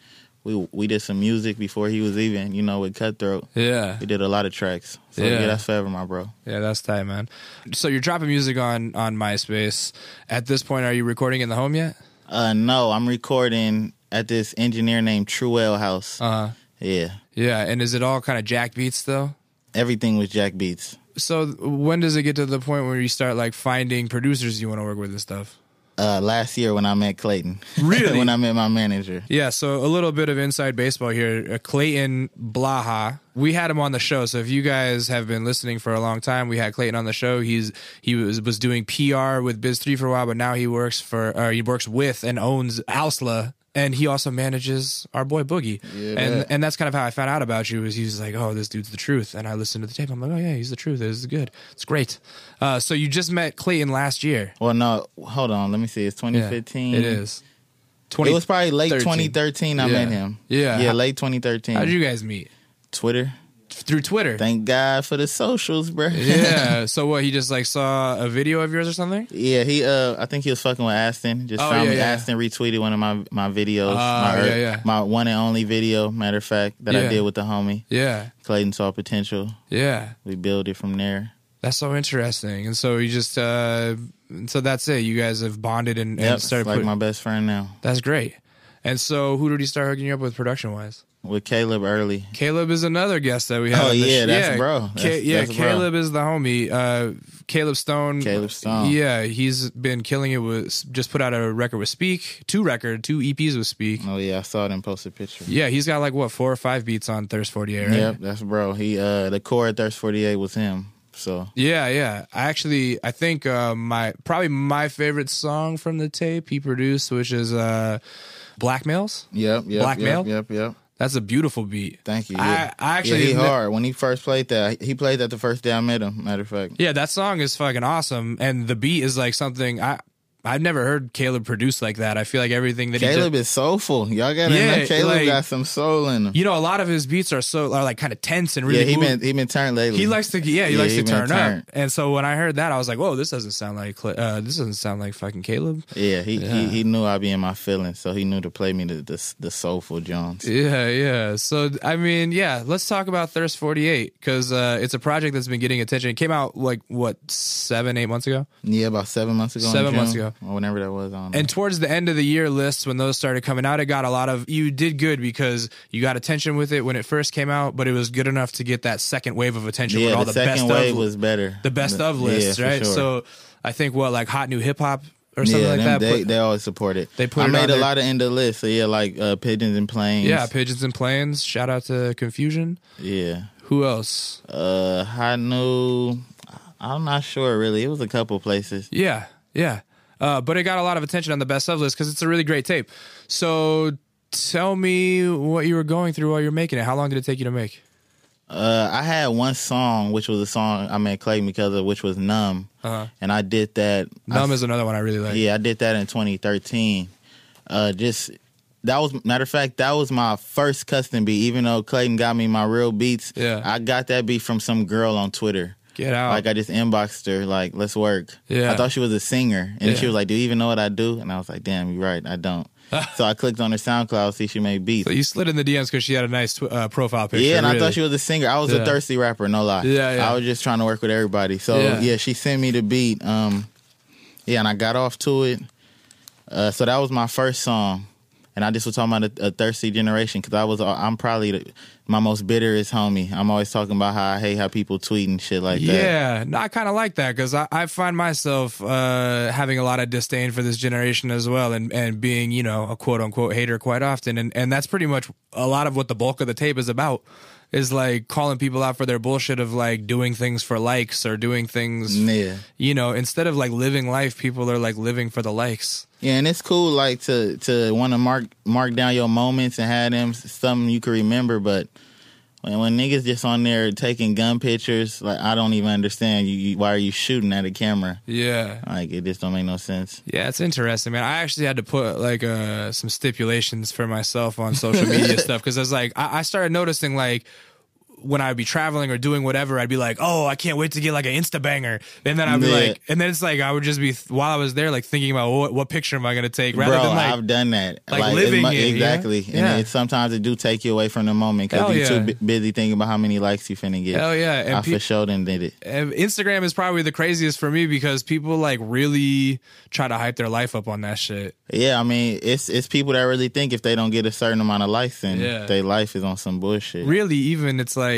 B: We we did some music before he was even. You know, with Cutthroat,
A: yeah,
B: we did a lot of tracks. So
A: Yeah.
B: yeah, that's forever, my bro.
A: yeah. That's tight, man. So you're dropping music on on MySpace. At this point, are you recording in the home yet?
B: Uh, no, I'm recording at this engineer named Truel House.
A: Uh,
B: yeah,
A: yeah. And is it all kind of jack beats though?
B: everything was Jack Beats.
A: So th- when does it get to the point where you start like finding producers you want to work with and stuff?
B: Uh, last year when I met Clayton,
A: Really?
B: when I met my manager.
A: Yeah, so a little bit of inside baseball here. Uh, Clayton Blaha, we had him on the show. So if you guys have been listening for a long time, we had Clayton on the show. He's he was was doing PR with Biz Three for a while, but now he works for or he works with and owns Ausla. And he also manages our boy Boogie, and and that's kind of how I found out about you. Is he was like, oh, this dude's the truth, and I listened to the tape. I'm like, oh yeah, he's the truth. This is good. It's great. Uh, so you just met Clayton last year.
B: Well, no, hold on. Let me see. It's
A: Yeah,
B: 2015.
A: it is.
B: It
A: Twenty.
B: was probably late
A: 13.
B: 2013 I
A: Yeah.
B: met him.
A: Yeah.
B: Yeah,
A: How-
B: late 2013.
A: How did you guys meet?
B: Twitter.
A: Through Twitter.
B: Thank God for the socials, bro.
A: yeah. So what? He just like saw a video of yours or something?
B: yeah, he uh I think he was fucking with Aston. Just
A: Oh,
B: found
A: yeah,
B: me.
A: yeah.
B: Aston retweeted one of my my videos.
A: Oh,
B: my,
A: yeah, yeah.
B: my one and only video, matter of fact, that
A: Yeah.
B: I did with the homie.
A: Yeah.
B: Clayton saw potential.
A: Yeah.
B: We built it from there.
A: That's so interesting. And so you just uh so that's it. You guys have bonded and,
B: Yep,
A: and started
B: like
A: putting,
B: my best friend now.
A: That's great. And so who did he start hooking you up with production wise?
B: With Caleb early.
A: Caleb is another guest that we have.
B: Oh,
A: on the
B: yeah,
A: sh-
B: that's
A: yeah,
B: bro.
A: Ca-
B: That's-
A: yeah,
B: that's bro.
A: Caleb is the homie. Uh, Caleb Stone.
B: Caleb Stone.
A: Yeah, he's been killing it. With just put out a record with Speak, two record, two EPs with Speak.
B: Oh yeah, I saw them post a picture.
A: Yeah, he's got like what four or five beats on Thirst Forty Eight. Right?
B: Yep, that's bro. He uh the core at Thirst 48 was him. So
A: Yeah, yeah. I actually, I think uh, my probably my favorite song from the tape he produced, which is uh, Blackmails.
B: Yep, yep,
A: Blackmail?
B: yep, yep, yep.
A: That's a beautiful beat.
B: Thank you.
A: I-
B: yeah.
A: I actually
B: yeah, he
A: admit-
B: hard when he first played that. He played that the first day I met him. Matter of fact,
A: Yeah, that song is fucking awesome, and the beat is like something I I've never heard Caleb produce like that. I feel like everything that he
B: Caleb is soulful. Y'all gotta
A: Yeah,
B: know Caleb
A: like-
B: got some soul in him.
A: you know, a lot of his beats are so are like kind of tense and really.
B: Yeah, he
A: moving.
B: been he been turned lately.
A: He likes to, yeah, he
B: Yeah,
A: likes
B: he
A: to
B: been
A: turn,
B: turned.
A: up. And so when I heard that, I was like, "Whoa, this doesn't sound like, Cla- uh, this doesn't sound like fucking Caleb."
B: Yeah, he, he he knew I'd be in my feelings, so he knew to play me the the, the soulful Jones.
A: Yeah, yeah. So I mean, yeah. Let's talk about Thirst Forty Eight because uh, it's a project that's been getting attention. It came out like what seven, eight months ago.
B: Yeah, about seven months ago. in
A: Seven months
B: June,
A: ago.
B: or whenever that was. I don't know.
A: And towards the end of the year lists, when those started coming out, it got a lot of. You did good because you got attention with it when it first came out, but it was good enough to get that second wave of attention
B: yeah,
A: with all
B: the,
A: the,
B: second
A: best
B: wave
A: of
B: was better.
A: the best of
B: yeah,
A: lists,
B: for
A: right?
B: sure.
A: So I think what like hot new hip hop or something
B: yeah,
A: like
B: them-
A: that.
B: They,
A: put-
B: they always support it.
A: They put
B: I
A: it on
B: made a
A: their-
B: lot of end of lists. So yeah, like uh, pigeons and planes.
A: yeah, pigeons and planes. Shout out to Confusion.
B: yeah.
A: Who else?
B: Uh, I knew. I'm not sure really. It was a couple places.
A: Yeah, yeah. Uh, but it got a lot of attention on the best of list because it's a really great tape. So tell me what you were going through while you're making it. How long did it take you to make?
B: Uh, I had one song, which was a song I made Clay McCullough, which was "Numb,"
A: Uh-huh.
B: and I did that. I
A: Numb is another one I really like.
B: Yeah, I did that in 2013. Uh, just that was matter of fact, that was my first custom beat. Even though Clayton got me my real beats,
A: Yeah.
B: I got that beat from some girl on Twitter.
A: Get out.
B: Like I just inboxed her, like let's work.
A: Oh. Yeah.
B: I thought she was a singer, and
A: Yeah.
B: she was like, "Do you even know what I do?" And I was like, "Damn, you're right, I don't." so I clicked on her SoundCloud, see she made beats.
A: But you slid in the DMs because she had a nice tw- uh, profile picture.
B: Yeah, and I
A: really.
B: thought she was a singer. I was
A: Yeah.
B: a thirsty rapper, no lie.
A: Yeah, yeah.
B: I was just trying to work with everybody. So
A: Yeah.
B: yeah, she sent me the beat. Um, yeah, and I got off to it. Uh, so that was my first song, and I just was talking about a, a thirsty generation because I was uh, I'm probably the, my most bitterest homie. I'm always talking about how I hate how people tweet and shit like that.
A: Yeah, no, I kind of like that because I, I find myself uh, having a lot of disdain for this generation as well, and, and being you know a quote unquote hater quite often, and and that's pretty much a lot of what the bulk of the tape is about, is like calling people out for their bullshit of like doing things for likes or doing things,
B: Yeah.
A: you know, instead of like living life, people are like living for the likes.
B: Yeah, and it's cool like to to want to mark mark down your moments and have them s- something you can remember. But when, when niggas just on there taking gun pictures, like I don't even understand. You, you why are you shooting at a camera?
A: Yeah,
B: Like it just don't make no sense.
A: Yeah, it's interesting, man. I actually had to put like uh, some stipulations for myself on social media stuff because I was like, I, I started noticing like when I'd be traveling or doing whatever, I'd be like, oh, I can't wait to get like an Insta banger, and then I'd be
B: Yeah.
A: like, and then it's like I would just be while I was there like thinking about what, what picture am I gonna take rather
B: Bro,
A: than like
B: I've done that.
A: like, living
B: mu-
A: it, yeah?
B: exactly,
A: Yeah.
B: and it, sometimes it do take you away from the moment
A: Hell
B: because you're
A: yeah.
B: too bu- busy thinking about how many likes you finna get.
A: Hell yeah, and
B: I
A: pe-
B: for sure done did it.
A: And Instagram is probably the craziest for me because people like really try to hype their life up on that shit.
B: Yeah, I mean it's it's people that really think if they don't get a certain amount of likes, then
A: Yeah.
B: their life is on some bullshit.
A: really even it's like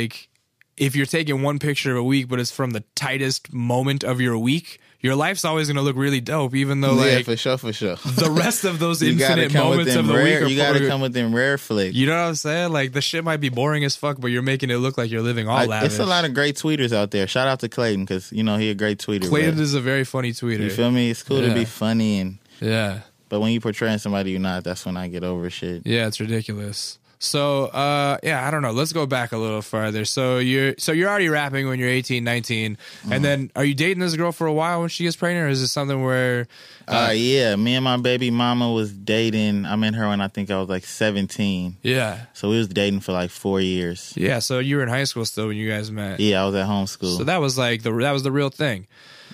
A: if you're taking one picture of a week but it's from the tightest moment of your week your life's always going to look really dope even though
B: yeah,
A: like
B: for sure, for sure.
A: the rest of those
B: You gotta
A: infinite
B: come with
A: moments
B: them
A: of the
B: rare,
A: week are
B: You gotta
A: probably-
B: come with them rare flicks.
A: you know what i'm saying like the shit might be boring as fuck but you're making it look like you're living all
B: I-
A: lavish
B: it's a lot of great tweeters out there. Shout out to Clayton because you know he a great tweeter.
A: clayton
B: but
A: is a very funny
B: you
A: tweeter
B: feel me? It's cool
A: Yeah.
B: to be funny and
A: yeah
B: but when you portraying somebody you're not, that's when I get over shit.
A: yeah it's ridiculous so uh yeah i don't know let's go back a little farther so you're so you're already rapping when you're 18 19
B: Uh-huh.
A: and then are you dating this girl for a while when she gets pregnant or is it something where
B: Uh, yeah, me and my baby mama was dating. I met her when I think I was like 17,
A: yeah
B: so we was dating for like four years.
A: Yeah, so you were in high school still when you guys met.
B: Yeah, I was at home school.
A: So that was like the that was the real thing.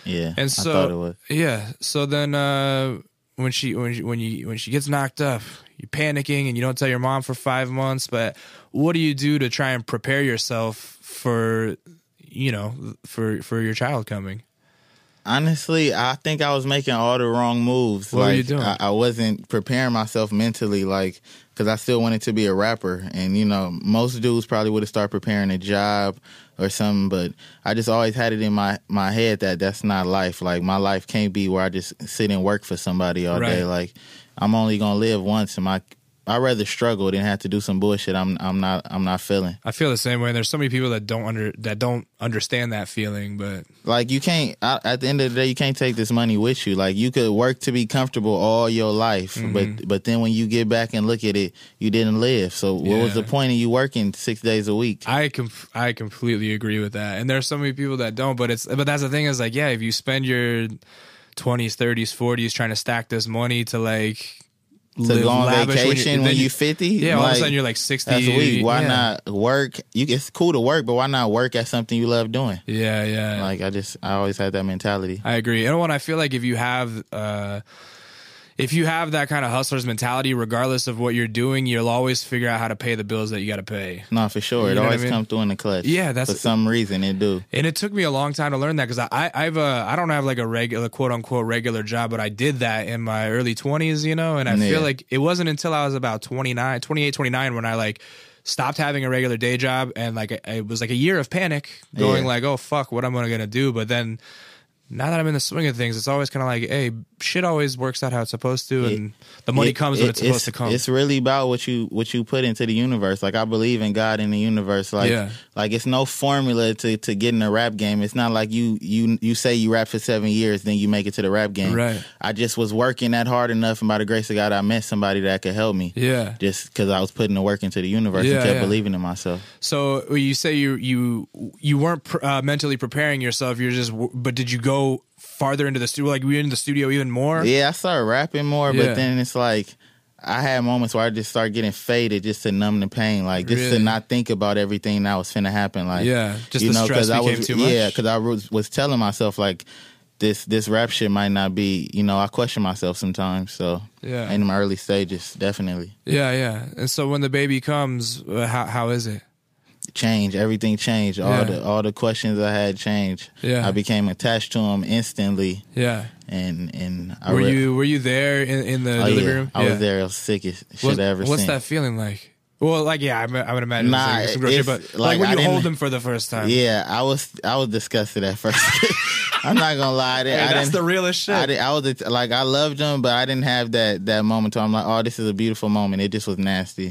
B: yeah,
A: And so
B: I thought it was.
A: yeah, so then uh when she when she, when you when she gets knocked up, you're panicking and you don't tell your mom for 5 months, but what do you do to try and prepare yourself for you know, for for your child coming?
B: Honestly, I think I was making all the wrong moves.
A: What
B: like,
A: were you doing?
B: I, I wasn't preparing myself mentally, like, because I still wanted to be a rapper. And, you know, most dudes probably would have started preparing a job or something, but I just always had it in my, my head that that's not life. Like, my life can't be where I just sit and work for somebody all
A: Right.
B: day. Like, I'm only going to live once, and my I rather struggle than have to do some bullshit. I'm I'm not I'm not feeling
A: I feel the same way. And there's so many people that don't under that don't understand that feeling, but
B: like you can't. I, at the end of the day, you can't take this money with you. Like you could work to be comfortable all your life,
A: Mm-hmm.
B: but but then when you get back and look at it, you didn't live. So what was the
A: Yeah.
B: point of you working six days a week?
A: I com- I completely agree with that. And there's so many people that don't, but it's but that's the thing is like, yeah, if you spend your 20s, 30s, 40s trying to stack this money to like
B: It's a long
A: lavish you-
B: vacation when,
A: then
B: you, 50.
A: yeah, all of
B: like,
A: a sudden you're like 60
B: that's weak. Why
A: yeah.
B: not work? You it's cool to work, but why not work at something you love doing?
A: Yeah, yeah.
B: Like I just I always had that mentality.
A: I agree. And when I feel like if you have uh if you have that kind of hustler's mentality, regardless of what you're doing, you'll always figure out how to pay the bills that you got to pay.
B: No, for sure.
A: You
B: It
A: know what I
B: always
A: mean?
B: comes through in the clutch.
A: Yeah, that's-
B: for some reason it do.
A: And it took me a long time to learn that because I, I I've uh, I don't have like a regular quote unquote regular job, but I did that in my early 20s, you know. And I
B: Yeah.
A: feel like it wasn't until I was about 29, 28, 29 when I like stopped having a regular day job and like it was like a year of panic going
B: Yeah.
A: like oh fuck what am I gonna do? But then now that I'm in the swing of things, it's always kind of like hey shit always works out how it's supposed to, and the money
B: It-
A: comes
B: it-
A: when it's supposed to come.
B: It's really about what you what you put into the universe. Like I believe in God in the universe. Like
A: Yeah.
B: like it's no formula to to get in the rap game. It's not like you you you say you rap for seven years, then you make it to the rap game.
A: Right.
B: I just was working that hard enough, and by the grace of God, I met somebody that could help me.
A: Yeah.
B: Just because I was putting the work into the universe
A: Yeah,
B: and kept
A: yeah.
B: believing in myself.
A: So you say you you you weren't pr- uh, mentally preparing yourself. You're just, but did you go farther into the studio? Like were you in the studio even more?
B: Yeah, I started rapping more,
A: Yeah.
B: but then it's like I had moments where I just started getting faded just to numb the pain, like just
A: Really?
B: to not think about everything that was finna happen. Like,
A: Yeah, just the stress
B: I
A: became
B: was,
A: too much?
B: yeah, because I was, was telling myself like this this rap shit might not be, you know, I question myself sometimes. So
A: Yeah.
B: in my early stages, definitely
A: yeah, yeah. And so when the baby comes, uh, how how is it?
B: change everything changed. All
A: Yeah.
B: the all the questions I had changed.
A: Yeah.
B: I became attached to them instantly,
A: Yeah.
B: and and I
A: Were
B: re-
A: you were you there in, in the
B: Oh,
A: living
B: yeah.
A: room?
B: I
A: Yeah.
B: was there. I was sickest shit
A: What-
B: I ever
A: what's
B: seen.
A: that feeling like? Well, like yeah, I, am I would imagine it's
B: Nah,
A: like some gross shit,
B: it's
A: but like,
B: like
A: when
B: I
A: you hold
B: didn't-
A: them for the first time.
B: Yeah, I was I was disgusted at first. I'm not gonna lie, I didn't.
A: Hey,
B: I
A: that's
B: didn't
A: the realest shit.
B: I, did, I was like, I loved them, but I didn't have that that moment. Where I'm like, oh, this is a beautiful moment. It just was nasty.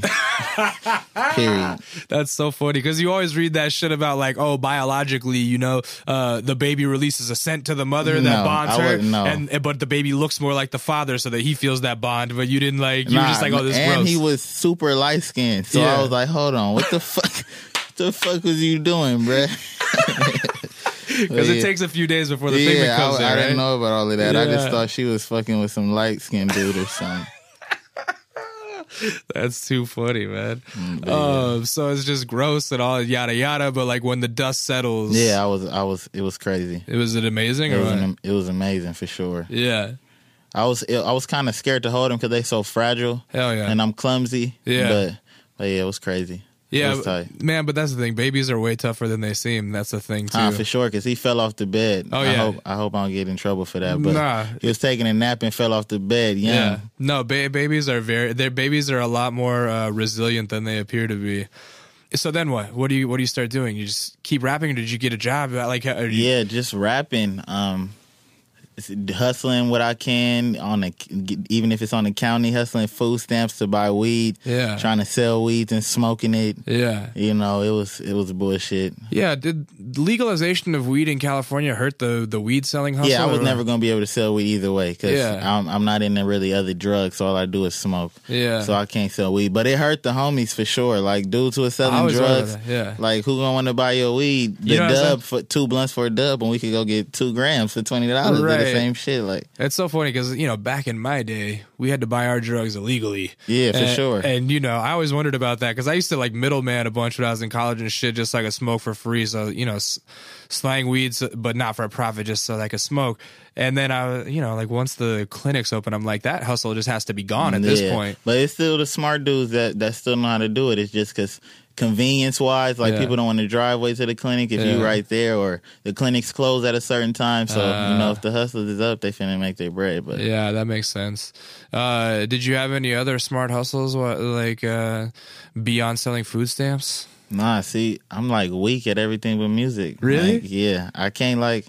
B: Period.
A: That's so funny because you always read that shit about like, oh, biologically, you know, uh, the baby releases a scent to the mother that
B: No,
A: bonds
B: I
A: her,
B: wouldn't know.
A: and eh, but the baby looks more like the father, so that he feels that bond. But you didn't like, you were just like, oh, this is
B: and
A: gross.
B: he was super light skinned, so
A: Yeah.
B: I was like, hold on, what the fuck? What the fuck was you doing, bruh?
A: Because it
B: yeah.
A: takes a few days before the
B: yeah,
A: pigment comes
B: I,
A: in,
B: I
A: right?
B: didn't know about all of that. I just
A: Yeah.
B: thought she was fucking with some light skinned dude or something.
A: That's too funny, man.
B: Mm,
A: Um, so it's just gross and all yada yada. But like when the dust settles,
B: Yeah, I was, I was, it was crazy.
A: it was it amazing
B: It
A: or
B: was,
A: what?
B: an, it was amazing for sure.
A: yeah,
B: I was I was kind of scared to hold them because they so fragile.
A: Hell yeah.
B: And I'm clumsy.
A: Yeah.
B: But, but yeah, it was crazy.
A: yeah,
B: It was tight.
A: but- man. But that's the thing. Babies are way tougher than they seem. That's the thing too.
B: Nah, for sure, because he fell off the bed.
A: Oh,
B: I
A: yeah.
B: Hope, I hope I don't get in trouble for that. But
A: Nah.
B: he was taking a nap and fell off the bed. Yeah.
A: Yeah. No, ba- babies are very their babies are a lot more uh, resilient than they appear to be. So then what? What do you what do you start doing? You just keep rapping or did you get a job? Uh, Like how- are you,
B: Yeah, just rapping. Um, hustling what I can on the even if it's on the county, hustling food stamps to buy weed.
A: Yeah.
B: Trying to sell weeds and smoking it.
A: Yeah.
B: You know, it was it was bullshit.
A: Yeah, did legalization of weed in California hurt the the weed selling hustle?
B: Yeah, I was
A: or-
B: never gonna be able to sell weed either way because
A: Yeah.
B: I'm, I'm not into really other drugs. So all I do is smoke.
A: Yeah.
B: So I can't sell weed, but it hurt the homies for sure. Like dudes who are
A: I
B: selling
A: always wondered
B: drugs,
A: that, yeah.
B: Like who gonna want to buy your weed? The
A: You know what I'm saying?
B: dub for two blunts for a dub, and we could go get two grams for twenty dollars. Do
A: Right.
B: the same shit. Like
A: It's so funny because you know back in my day we had to buy our drugs illegally.
B: Yeah, for
A: And-
B: sure.
A: And you know I always wondered about that because I used to like middleman a bunch when I was in college and shit, just like a smoke for free. So you know, s- slang weeds, but not for a profit, just so that I could smoke. And then I, was- you know, like once the clinics open, I'm like that hustle just has to be gone at this
B: Yeah.
A: point.
B: But it's still the smart dudes that that still know how to do it. It's just because convenience wise, like
A: Yeah.
B: people don't want to drive way to the clinic if
A: Yeah.
B: you right there, or the clinics close at a certain time. So
A: Uh.
B: you know if the hustlers is up, they finna make their bread. But
A: Yeah, that makes sense. Uh, did you have any other smart hustles, what, like uh, beyond selling food stamps?
B: nah, see, I'm like weak at everything but music.
A: Really?
B: Like, yeah, I can't like.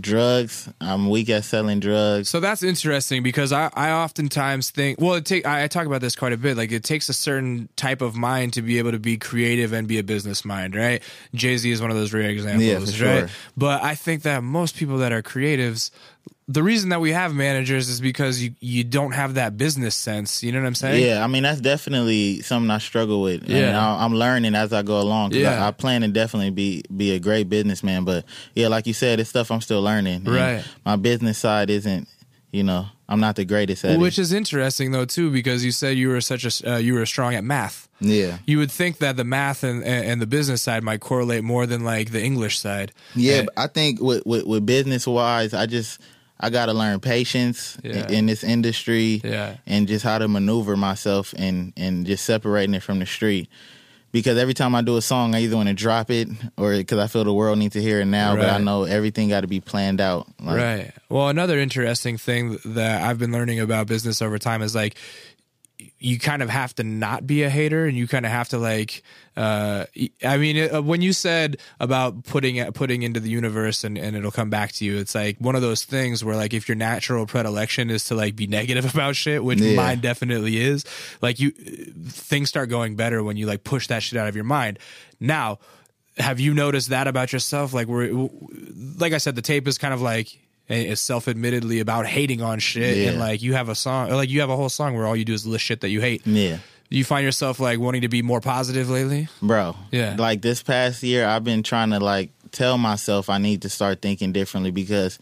B: drugs. I'm weak at selling drugs.
A: So that's interesting because I, I oftentimes think well it take I, I talk about this quite a bit like it takes a certain type of mind to be able to be creative and be a business mind right Jay Z is one of those rare examples
B: Yeah, for
A: right
B: sure.
A: but I think that most people that are creatives the reason that we have managers is because you you don't have that business sense you know what I'm saying
B: Yeah, I mean that's definitely something I struggle with. Yeah, and
A: Yeah.
B: I, I'm learning as I go along. 'cause
A: Yeah.
B: I, I plan to definitely be be a great businessman, but yeah, like you said, it's stuff I'm still learning. And
A: Right.
B: my business side isn't, you know, I'm not the greatest at
A: which
B: it.
A: is interesting though too because you said you were such a uh, you were strong at math
B: Yeah,
A: you would think that the math and, and and the business side might correlate more than like the English side.
B: yeah.
A: And-
B: but I think with with, with business wise, I just I got to learn patience i-
A: Yeah.
B: in, this industry.
A: yeah.
B: and just how to maneuver myself and and just separating it from the street because every time I do a song, I either want to drop it or because I feel the world needs to hear it now. But I
A: Right.
B: know everything got to be planned out. Like,
A: Right. Well, another interesting thing that I've been learning about business over time is like you kind of have to not be a hater and you kind of have to like uh I mean uh, when you said about putting putting into the universe and and it'll come back to you it's like one of those things where like if your natural predilection is to like be negative about shit which
B: Yeah.
A: mine definitely is like you things start going better when you like push that shit out of your mind now have you noticed that about yourself like we're like I said, the tape is kind of like it's self admittedly about hating on shit,
B: Yeah.
A: and like you have a song, or, like you have a whole song where all you do is list shit that you hate.
B: Yeah,
A: You find yourself like wanting to be more positive lately.
B: bro.
A: Yeah.
B: Like this past year, I've been trying to like tell myself I need to start thinking differently because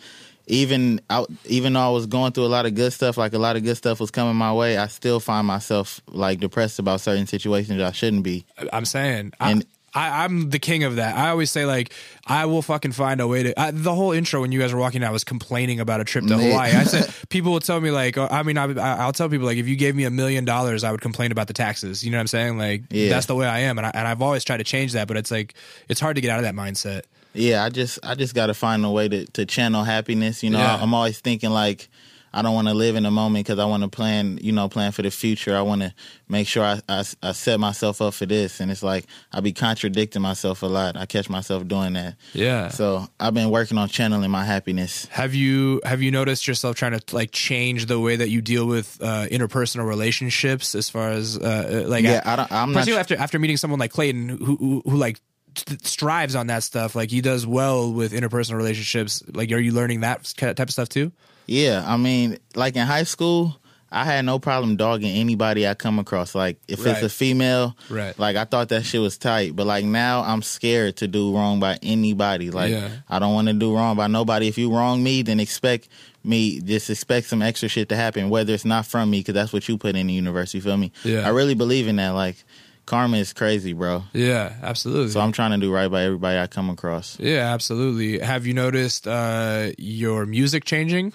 B: even I, even though I was going through a lot of good stuff, like a lot of good stuff was coming my way, I still find myself like depressed about certain situations I shouldn't be.
A: I'm saying.
B: And-
A: I, I, I'm the king of that. I always say like I will fucking find a way to. I, the whole intro when you guys were walking, I was complaining about a trip to
B: Yeah.
A: Hawaii. I said people will tell me like, uh, I mean, I, I- I'll tell people like, if you gave me a million dollars, I would complain about the taxes. You know what I'm saying? Like
B: Yeah.
A: that's the way I am, and I, and I've always tried to change that, but it's like it's hard to get out of that mindset.
B: Yeah, I just I just got to find a way to to channel happiness. You know,
A: Yeah.
B: I'm always thinking like I don't want to live in the moment because I want to plan. You know, plan for the future. I want to make sure I, I I set myself up for this. And it's like I be contradicting myself a lot. I catch myself doing that.
A: Yeah.
B: So I've been working on channeling my happiness.
A: Have you have you noticed yourself trying to like change the way that you deal with uh, interpersonal relationships as far as uh, like
B: Yeah, I don't. I'm not.
A: particularly after after meeting someone like Clayton who who, who like st- strives on that stuff like he does well with interpersonal relationships like are you learning that ki- type of stuff too
B: Yeah, I mean, like in high school, I had no problem dogging anybody I come across. Like if
A: Right.
B: it's a female,
A: Right.
B: Like I thought that shit was tight, but like now I'm scared to do wrong by anybody. Like
A: Yeah.
B: I don't want to do wrong by nobody. If you wrong me, then expect me just expect some extra shit to happen, whether it's not from me, because that's what you put in the universe. You feel me?
A: Yeah.
B: I really believe in that. Like karma is crazy, bro.
A: yeah absolutely
B: So I'm trying to do right by everybody I come across.
A: yeah absolutely have you noticed uh your music changing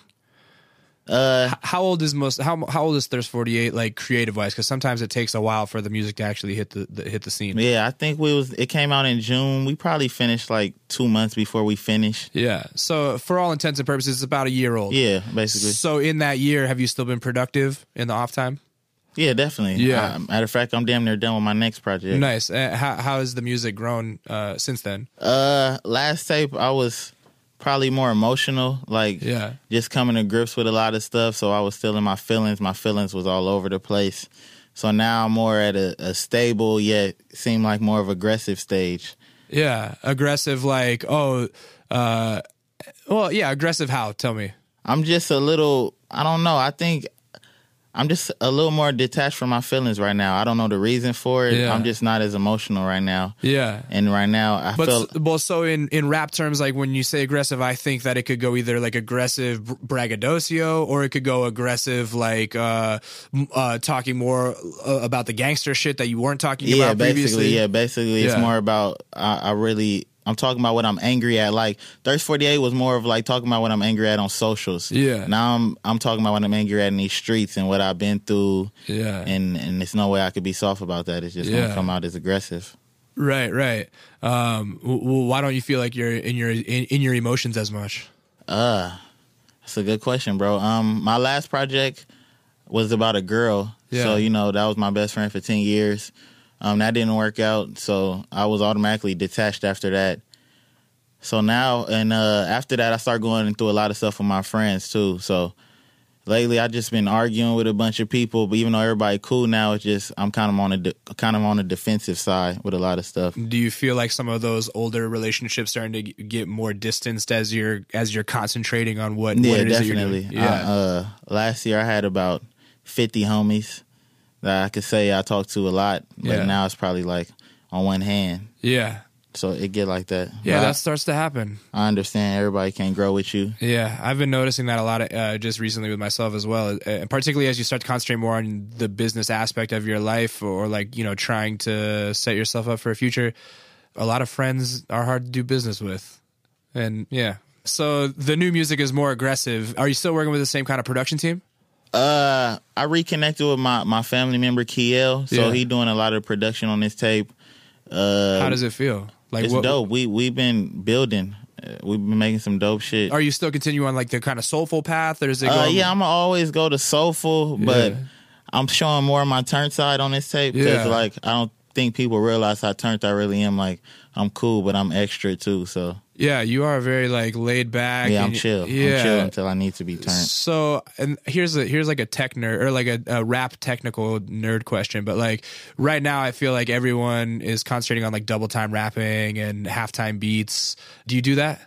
B: Uh,
A: H- how old is most how how old is thirst 48 like creative wise because sometimes it takes a while for the music to actually hit the, the hit the scene
B: Yeah, I think we was it came out in June. We probably finished like two months before we finished.
A: Yeah. So for all intents and purposes, it's about a year old.
B: Yeah, basically.
A: So in that year, have you still been productive in the off time?
B: Yeah, definitely.
A: Yeah.
B: Uh, matter of fact, I'm damn near done with my next project.
A: Nice. Uh, how how has the music grown uh, since then?
B: Uh, last tape I was probably more emotional, like
A: Yeah.
B: just coming to grips with a lot of stuff. So I was still in my feelings. My feelings was all over the place. So now I'm more at a, a stable yet seem like more of aggressive stage.
A: Yeah. Aggressive, like oh, uh, well, yeah. Aggressive. How? Tell me.
B: I'm just a little. I don't know. I think I'm just a little more detached from my feelings right now. I don't know the reason for it.
A: Yeah.
B: I'm just not as emotional right now.
A: Yeah.
B: And right now, I
A: But
B: feel
A: s- well, so in in rap terms, like when you say aggressive, I think that it could go either like aggressive br- braggadocio, or it could go aggressive like uh, m- uh, talking more uh, about the gangster shit that you weren't talking
B: yeah,
A: about previously.
B: basically, yeah, basically, it's
A: Yeah.
B: more about I, I really. I'm talking about what I'm angry at. Like Thirst 48 was more of like talking about what I'm angry at on socials.
A: Yeah.
B: Now I'm I'm talking about what I'm angry at in these streets and what I've been through.
A: Yeah.
B: And and there's no way I could be soft about that. It's just
A: Yeah.
B: gonna come out as aggressive.
A: Right, right. Um, w- w- why don't you feel like you're in your in, in your emotions as much?
B: Uh, that's a good question, bro. Um, my last project was about a girl.
A: Yeah.
B: So, you know, that was my best friend for 10 years. Um, that didn't work out. So I was automatically detached after that. So now and uh after that I start going through a lot of stuff with my friends too. So lately I just been arguing with a bunch of people, but even though everybody cool now, it's just I'm kind of on a de- kind of on the defensive side with a lot of stuff.
A: Do you feel like some of those older relationships starting to g- get more distanced as you're as you're concentrating on what, what
B: Yeah,
A: it is that you're doing?
B: definitely. I,
A: Yeah.
B: uh, last year I had about 50 homies that I could say I talked to a lot, but
A: Yeah.
B: now it's probably like on one hand.
A: yeah.
B: So it get like that.
A: Yeah,
B: But
A: that starts to happen.
B: I, I understand everybody can't grow with you.
A: Yeah, I've been noticing that a lot uh, just recently with myself as well, uh, and particularly as you start to concentrate more on the business aspect of your life or like you know trying to set yourself up for a future. A lot of friends are hard to do business with, and yeah. So the new music is more aggressive. Are you still working with the same kind of production team?
B: Uh, I reconnected with my my family member Kiel, so
A: Yeah.
B: he doing a lot of production on this tape. Uh,
A: How does it feel? Like
B: it's dope. We we've been building. Uh, We've been making some dope shit.
A: Are you still continue on like the kind of soulful path, or is it?
B: Uh,
A: going,
B: yeah, I'm gonna always go to soulful, but
A: Yeah.
B: I'm showing more of my turn side on this tape
A: Yeah.
B: because like I don't think people realize how turned I really am. Like I'm cool, but I'm extra too. So
A: yeah. You are very like laid back.
B: yeah, I'm
A: and-
B: chill.
A: Yeah,
B: I'm chill until I need to be turned.
A: So, and here's a here's like a tech nerd or like a, a rap technical nerd question, but like right now, I feel like everyone is concentrating on like double time rapping and halftime beats. Do you do that?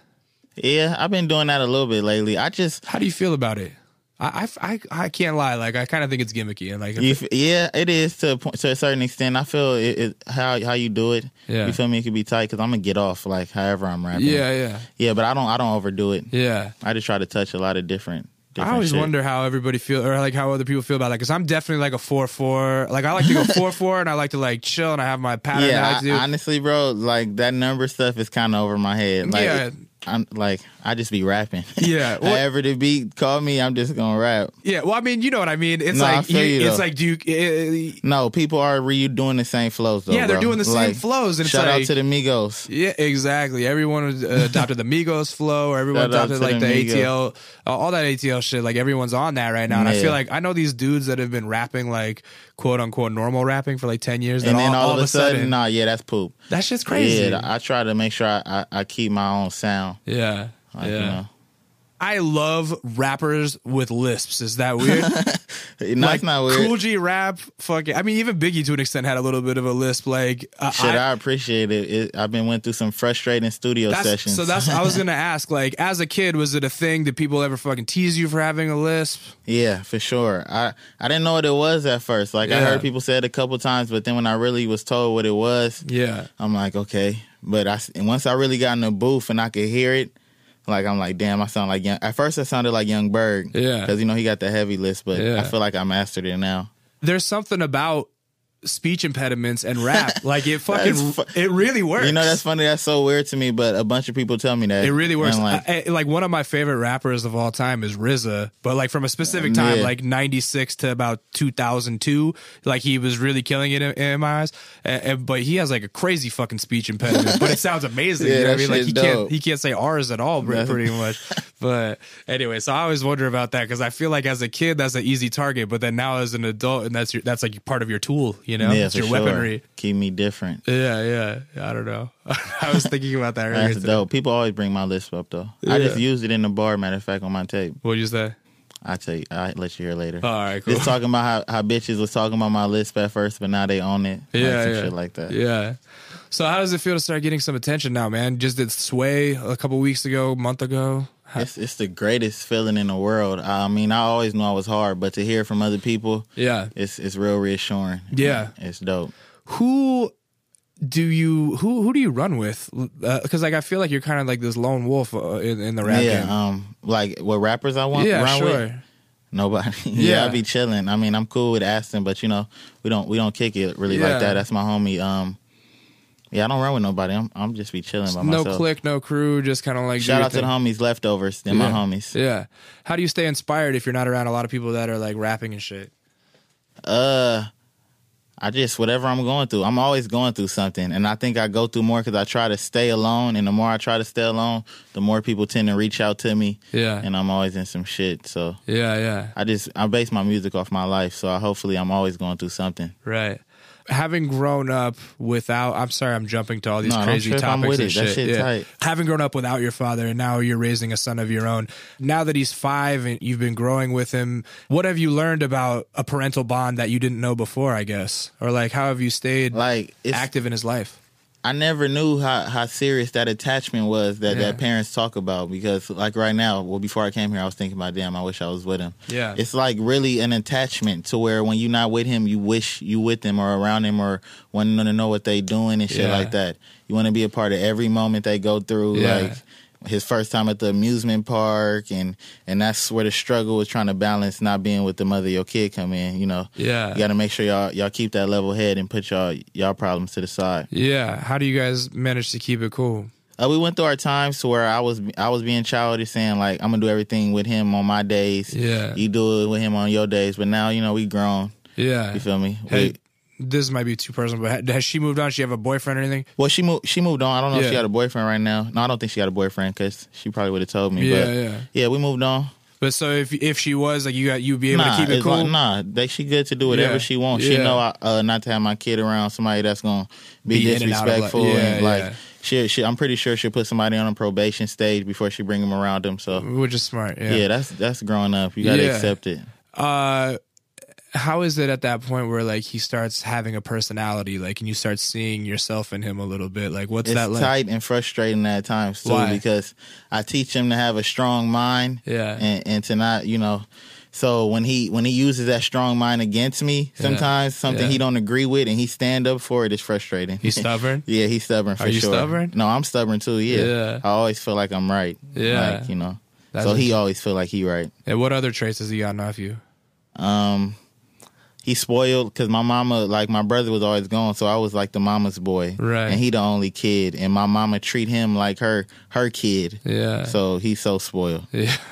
B: Yeah, I've been doing that a little bit lately. I just
A: How do you feel about it? I I I, I can't lie. Like I kind of think it's gimmicky and like
B: You f- yeah, it is to a point, to a certain extent. I feel it, it how how you do it.
A: Yeah.
B: You feel me? It could be tight because I'm gonna get off like however I'm rapping.
A: yeah yeah
B: yeah, but I don't I don't overdo it.
A: yeah.
B: I just try to touch a lot of different. different
A: I always
B: shit.
A: wonder how everybody feel or like how other people feel about it. Cause I'm definitely like a four four. Like I like to go four four and I like to like chill and I have my pattern. that I
B: Yeah,
A: like to do.
B: I, honestly, bro, like that number stuff is kind of over my head. Like,
A: Yeah.
B: I'm like I just be rapping.
A: Yeah, well-
B: however the beat call me, I'm just gonna rap.
A: yeah. Well, I mean, you know what I mean. It's
B: No, I
A: like
B: feel
A: you-
B: you,
A: it's
B: though.
A: like do you, eh,
B: No, people are re doing the same flows though.
A: Yeah, they're
B: bro.
A: doing the same
B: Like,
A: flows, and it's
B: shout out
A: like-
B: to the Migos.
A: yeah, exactly. Everyone uh, adopted the Migos flow, or everyone
B: Shout out
A: adopted
B: to
A: like the,
B: the Migos.
A: ATL, uh, all that ATL shit. Like everyone's on that right now, and I
B: Yeah.
A: feel like I know these dudes that have been rapping like quote unquote normal rapping for like ten years,
B: And
A: and
B: then
A: all, all of a sudden,
B: nah, yeah, that's poop.
A: that shit's crazy.
B: Yeah, I try to make sure I, I, I keep my own sound.
A: yeah,
B: Like,
A: yeah.
B: You know.
A: I love rappers with lisps. Is that weird?
B: No, it's not weird.
A: Cool G rap, fucking. I mean, even Biggie to an extent had a little bit of a lisp. Like, uh,
B: Shit, I, appreciate it. it. I've been went through some frustrating studio
A: that's,
B: sessions.
A: So that's I was gonna ask. Like, as a kid, was it a thing? Did people ever fucking tease you for having a lisp?
B: yeah, for sure. I I didn't know what it was at first. Like I
A: Yeah.
B: heard people say it a couple times, but then when I really was told what it was,
A: Yeah.
B: I'm like, okay. But I s- and once I really got in the booth and I could hear it, like I'm like, damn, I sound like young. At first, I sounded like Young Berg.
A: Yeah.
B: because you know he got the heavy list, but
A: Yeah.
B: I feel like I mastered it now.
A: There's something about speech impediments and rap. like it fucking
B: is fu-
A: it really works.
B: You know that's funny. That's so weird to me, but a bunch of people tell me that
A: it really works.
B: And,
A: I- I-
B: like,
A: Like, one of my favorite rappers of all time is RZA, but like from a specific
B: Yeah.
A: time, like '96 to about 2002, like he was really killing it in, in my eyes. And, and- but he has like a crazy fucking speech impediment, but it sounds amazing.
B: Yeah,
A: you know what I
B: that
A: mean? Like
B: shit's
A: he
B: dope.
A: can't he can't say R's at all, pretty, pretty much. But anyway, so I always wonder about that because I feel like as a kid that's an easy target, but then now as an adult, and that's your that's like part of your tool, you know,
B: yeah,
A: it's
B: for
A: your
B: sure.
A: weaponry.
B: Keep me different.
A: Yeah, yeah. I don't know. I was thinking about that earlier.
B: That's
A: today.
B: dope. People always bring my list up though. I just
A: Yeah.
B: used it in the bar. Matter of fact, on my tape,
A: What'd you say?
B: I tell you, I let you hear later.
A: All right, cool.
B: Just talking about how, how bitches was talking about my list at first, but now they own it. like,
A: yeah,
B: some
A: yeah.
B: shit like that.
A: Yeah. So how does it feel to start getting some attention now, man? Just did Sway a couple weeks ago, month ago. How-
B: It's it's the greatest feeling in the world. I mean, I always knew I was hard, but to hear it from other people,
A: yeah.
B: it's it's real reassuring.
A: Yeah.
B: it's dope.
A: Who do you who who do you run with? Because like I feel like you're kind of like this lone wolf uh, in, in the rap
B: yeah,
A: game.
B: um, like what rappers I want
A: yeah,
B: run
A: sure.
B: with. Nobody. yeah,
A: Yeah.
B: I be chilling. I mean, I'm cool with Aston, but you know, we don't we don't kick it really
A: Yeah.
B: like that. That's my homie. Um, yeah, I don't run with nobody. I'm I'm just be chilling by
A: No
B: myself.
A: click, no crew. Just kind of like do
B: Shout
A: your
B: out to the
A: thing.
B: homies leftovers. They're my
A: Yeah.
B: homies.
A: Yeah. How do you stay inspired if you're not around a lot of people that are like rapping and shit?
B: Uh, I just whatever I'm going through. I'm always going through something, and I think I go through more because I try to stay alone. And the more I try to stay alone, the more people tend to reach out to me.
A: Yeah.
B: And I'm always in some shit. So
A: yeah. Yeah.
B: I just I base my music off my life. So I, hopefully I'm always going through something.
A: Right. having grown up without I'm sorry I'm jumping to all these
B: No, don't
A: crazy
B: trip, I'm
A: topics
B: with
A: and
B: it. That
A: shit.
B: shit
A: yeah.
B: tight.
A: Having grown up without your father and now you're raising a son of your own. Now that he's 5 and you've been growing with him, what have you learned about a parental bond that you didn't know before, I guess? Or like how have you stayed
B: Like it's
A: active in his life?
B: I never knew how, how serious that attachment was that,
A: Yeah.
B: that parents talk about because like right now, well before I came here, I was thinking about damn, I wish I was with him.
A: Yeah.
B: It's like really an attachment to where when you're not with him, you wish you with him or around him or wanting to know what they doing and shit
A: Yeah.
B: like that. You want to be a part of every moment they go through.
A: Yeah.
B: Like his first time at the amusement park and and that's where the struggle is trying to balance not being with the mother your kid come in, you know.
A: Yeah.
B: You got to make sure y'all y'all keep that level head and put y'all y'all problems to the side.
A: Yeah, how do you guys manage to keep it cool?
B: Uh, we went through our times to where I was I was being childish, saying like I'm gonna do everything with him on my days.
A: Yeah.
B: you do it with him on your days. But now you know we grown.
A: Yeah.
B: You feel me?
A: Hey,
B: We-
A: this might be too personal, but ha- has she moved on? She have a boyfriend or anything?
B: well, she moved. She moved on. I don't know if
A: Yeah.
B: she got a boyfriend right now. No, I don't think she got a boyfriend because she probably would have told me.
A: Yeah,
B: but,
A: yeah.
B: yeah. We moved on.
A: But so if if she was like you got you'd be able
B: nah,
A: to keep it
B: as
A: cool.
B: long- nah. They, she good to do whatever
A: Yeah.
B: she wants.
A: Yeah.
B: She know I, uh, not to have my kid around somebody that's gonna be,
A: Be in and out of, like-
B: disrespectful and,
A: yeah,
B: like.
A: yeah.
B: She, she, I'm pretty sure she'll put somebody on a probation stage before she bring them around them. So
A: Which is smart. Yeah.
B: Yeah, that's that's growing up. You gotta
A: Yeah.
B: accept it.
A: Uh, how is it at that point where like he starts having a personality, like, and you start seeing yourself in him a little bit? Like, what's
B: It's
A: that like?
B: tight and frustrating at times too
A: Why?
B: because I teach him to have a strong mind.
A: Yeah.
B: And, and to not, you know. So when he when he uses that strong mind against me, sometimes something
A: Yeah.
B: he don't agree with and he stand up for it is frustrating.
A: He's stubborn.
B: yeah, he's stubborn for
A: Are you
B: sure.
A: stubborn?
B: No, I'm stubborn too, yeah.
A: Yeah.
B: I always feel like I'm right.
A: Yeah.
B: Like, you know.
A: That's
B: so he
A: interesting.
B: always feel like he right.
A: and what other traits has he gotten off you?
B: Um, he spoiled because my mama, like my brother, was always gone, so I was like the mama's boy,
A: Right.
B: And he the only kid, and my mama treat him like her her kid.
A: Yeah.
B: So he's so spoiled.
A: yeah.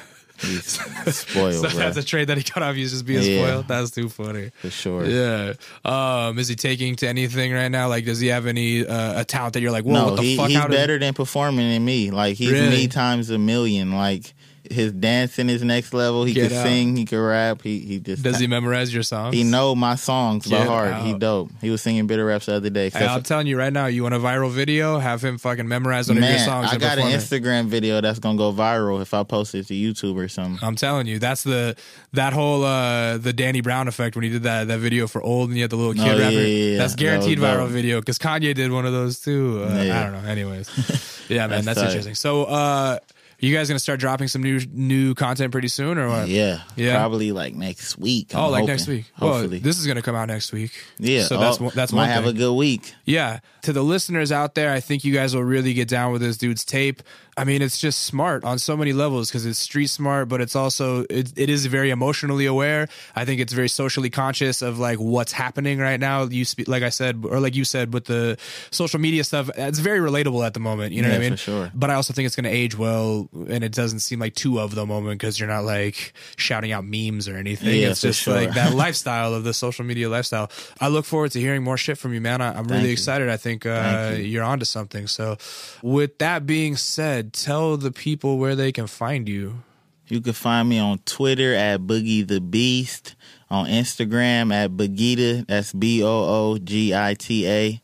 B: He's spoiled,
A: So
B: bruh,
A: that's a trait that he got off you is just being
B: Yeah.
A: spoiled. That's too funny.
B: for sure.
A: Yeah. Um, is he taking to anything right now? Like, does he have any uh, a talent that you're like, whoa,
B: No,
A: what the
B: he,
A: fuck?
B: he's
A: How does-
B: better than performing than me. Like he's
A: Really?
B: me times a million. Like his dancing is next level. He
A: Get
B: can
A: out.
B: sing. He can rap. He he just
A: Does he memorize your songs?
B: He know my songs by
A: Get
B: heart. He
A: out.
B: dope. He was singing bitter raps the other day.
A: Hey,
B: except
A: I'm
B: for-
A: telling you right now, you want a viral video? Have him fucking memorize one of your songs.
B: I
A: and
B: got
A: perform
B: an
A: it.
B: Instagram video that's gonna go viral if I post it to YouTube or something.
A: I'm telling you, that's the that whole uh the Danny Brown effect when he did that that video for old and he had the little kid
B: Oh, yeah,
A: rapper.
B: yeah, yeah.
A: That's
B: That
A: guaranteed
B: was
A: viral
B: dope.
A: video because Kanye did one of those too. Uh,
B: Yeah.
A: I don't know. Anyways, yeah, man,
B: That's
A: that's,
B: tight.
A: interesting. So, uh, you guys gonna start dropping some new new content pretty soon or what?
B: Yeah,
A: Uh, Yeah.
B: probably like next week.
A: Oh,
B: I'm
A: like
B: hoping.
A: next week.
B: hopefully.
A: Well, this is gonna come out next week.
B: yeah,
A: So that's
B: oh,
A: one- that's
B: might
A: one
B: have
A: thing.
B: a good week.
A: Yeah. To the listeners out there, I think you guys will really get down with this dude's tape. I mean, it's just smart on so many levels because it's street smart, but it's also it, it is very emotionally aware. I think it's very socially conscious of like what's happening right now. You spe- like I said, or like you said, with the social media stuff, it's very relatable at the moment. You know
B: Yeah,
A: what I mean?
B: for sure.
A: But I also think it's going to age well, and it doesn't seem like too of the moment because you're not like shouting out memes or anything.
B: Yeah,
A: it's
B: for
A: just
B: sure.
A: like that lifestyle of the social media lifestyle. I look forward to hearing more shit from you, man. I, I'm really
B: you.
A: excited. I think uh,
B: Thank you.
A: you're onto something. So, with that being said, tell the people where they can find you.
B: You can find me on Twitter at Boogie the Beast, on Instagram at Boogita. That's B O O G I T A.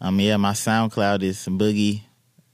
B: Um, yeah, my SoundCloud is Boogie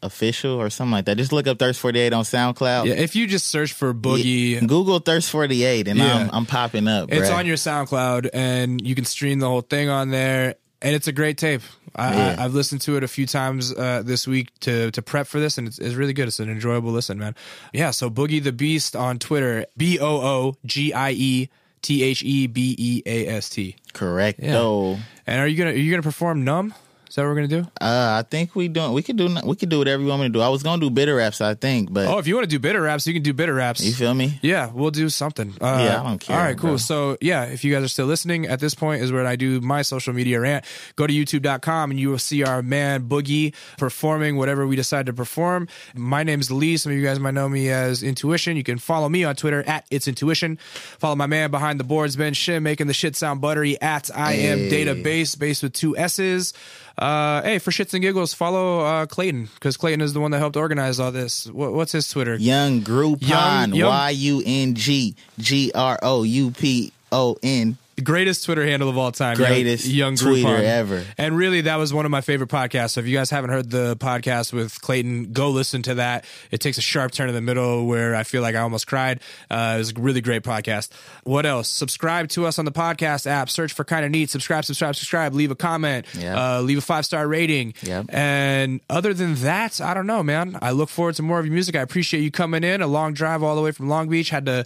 B: Official or something like that. Just look up Thirst Forty Eight on SoundCloud.
A: Yeah, if you just search for Boogie.
B: Yeah, Google Thirst Forty Eight, and
A: Yeah.
B: I'm I'm popping up.
A: It's
B: bruh.
A: on your SoundCloud, and you can stream the whole thing on there. And it's a great tape. I,
B: Yeah.
A: I, I've listened to it a few times uh, this week to to prep for this, and it's, it's really good. It's an enjoyable listen, man. Yeah. So Boogie the Beast on Twitter, B O O G I E T H E B E A S T.
B: correct though.
A: And are you gonna are you gonna perform numb? Is that what we're gonna do?
B: Uh, I think we doing we could do we could do whatever you want me to do. I was gonna do bitter raps, I think, but
A: Oh, if you want to do bitter raps, you can do bitter raps.
B: you feel me?
A: Yeah, we'll do something. Uh,
B: Yeah, I don't care,
A: All right, cool.
B: bro.
A: So, yeah, if you guys are still listening, at this point is where I do my social media rant. Go to youtube.com and you will see our man Boogie performing whatever we decide to perform. My name's Lee. Some of you guys might know me as Intuition. You can follow me on Twitter at It's Intuition. Follow my man behind the boards, Ben Shin, making the shit sound buttery at I am
B: Hey.
A: database, base with two S's. Uh, hey, for shits and giggles, follow uh, Clayton because Clayton is the one that helped organize all this. What, what's his Twitter?
B: Young
A: Young-
B: Groupon,
A: young-
B: Y U N G G R O U P O N
A: greatest Twitter handle of all time.
B: Greatest
A: young, young
B: tweeter
A: Groupon.
B: ever.
A: And really, that was one of my favorite podcasts. So if you guys haven't heard the podcast with Clayton, go listen to that. It takes a sharp turn in the middle where I feel like I almost cried. Uh, it was a really great podcast. What else? Subscribe to us on the podcast app. Search for Kind of Neat. Subscribe, subscribe, subscribe. Leave a comment.
B: Yep.
A: Uh, leave a five star rating.
B: Yep.
A: And other than that, I don't know, man. I look forward to more of your music. I appreciate you coming in. A long drive all the way from Long Beach. Had to.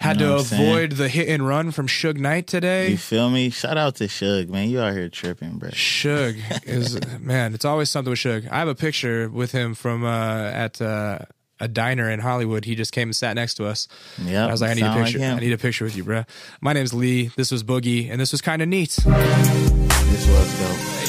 A: Had
B: Know
A: to
B: what I'm saying?
A: avoid the hit and run from Suge Knight today.
B: You feel me? Shout out to Suge, man. You out here tripping, bro.
A: Suge is man. It's always something with Suge. I have a picture with him from uh, at uh, a diner in Hollywood. He just came and sat next to us.
B: Yep,
A: I was like, I need a
B: sound like
A: picture.
B: him.
A: I need a picture with you, bruh. My name's Lee. This was Boogie, and this was kind of neat.
B: This was dope.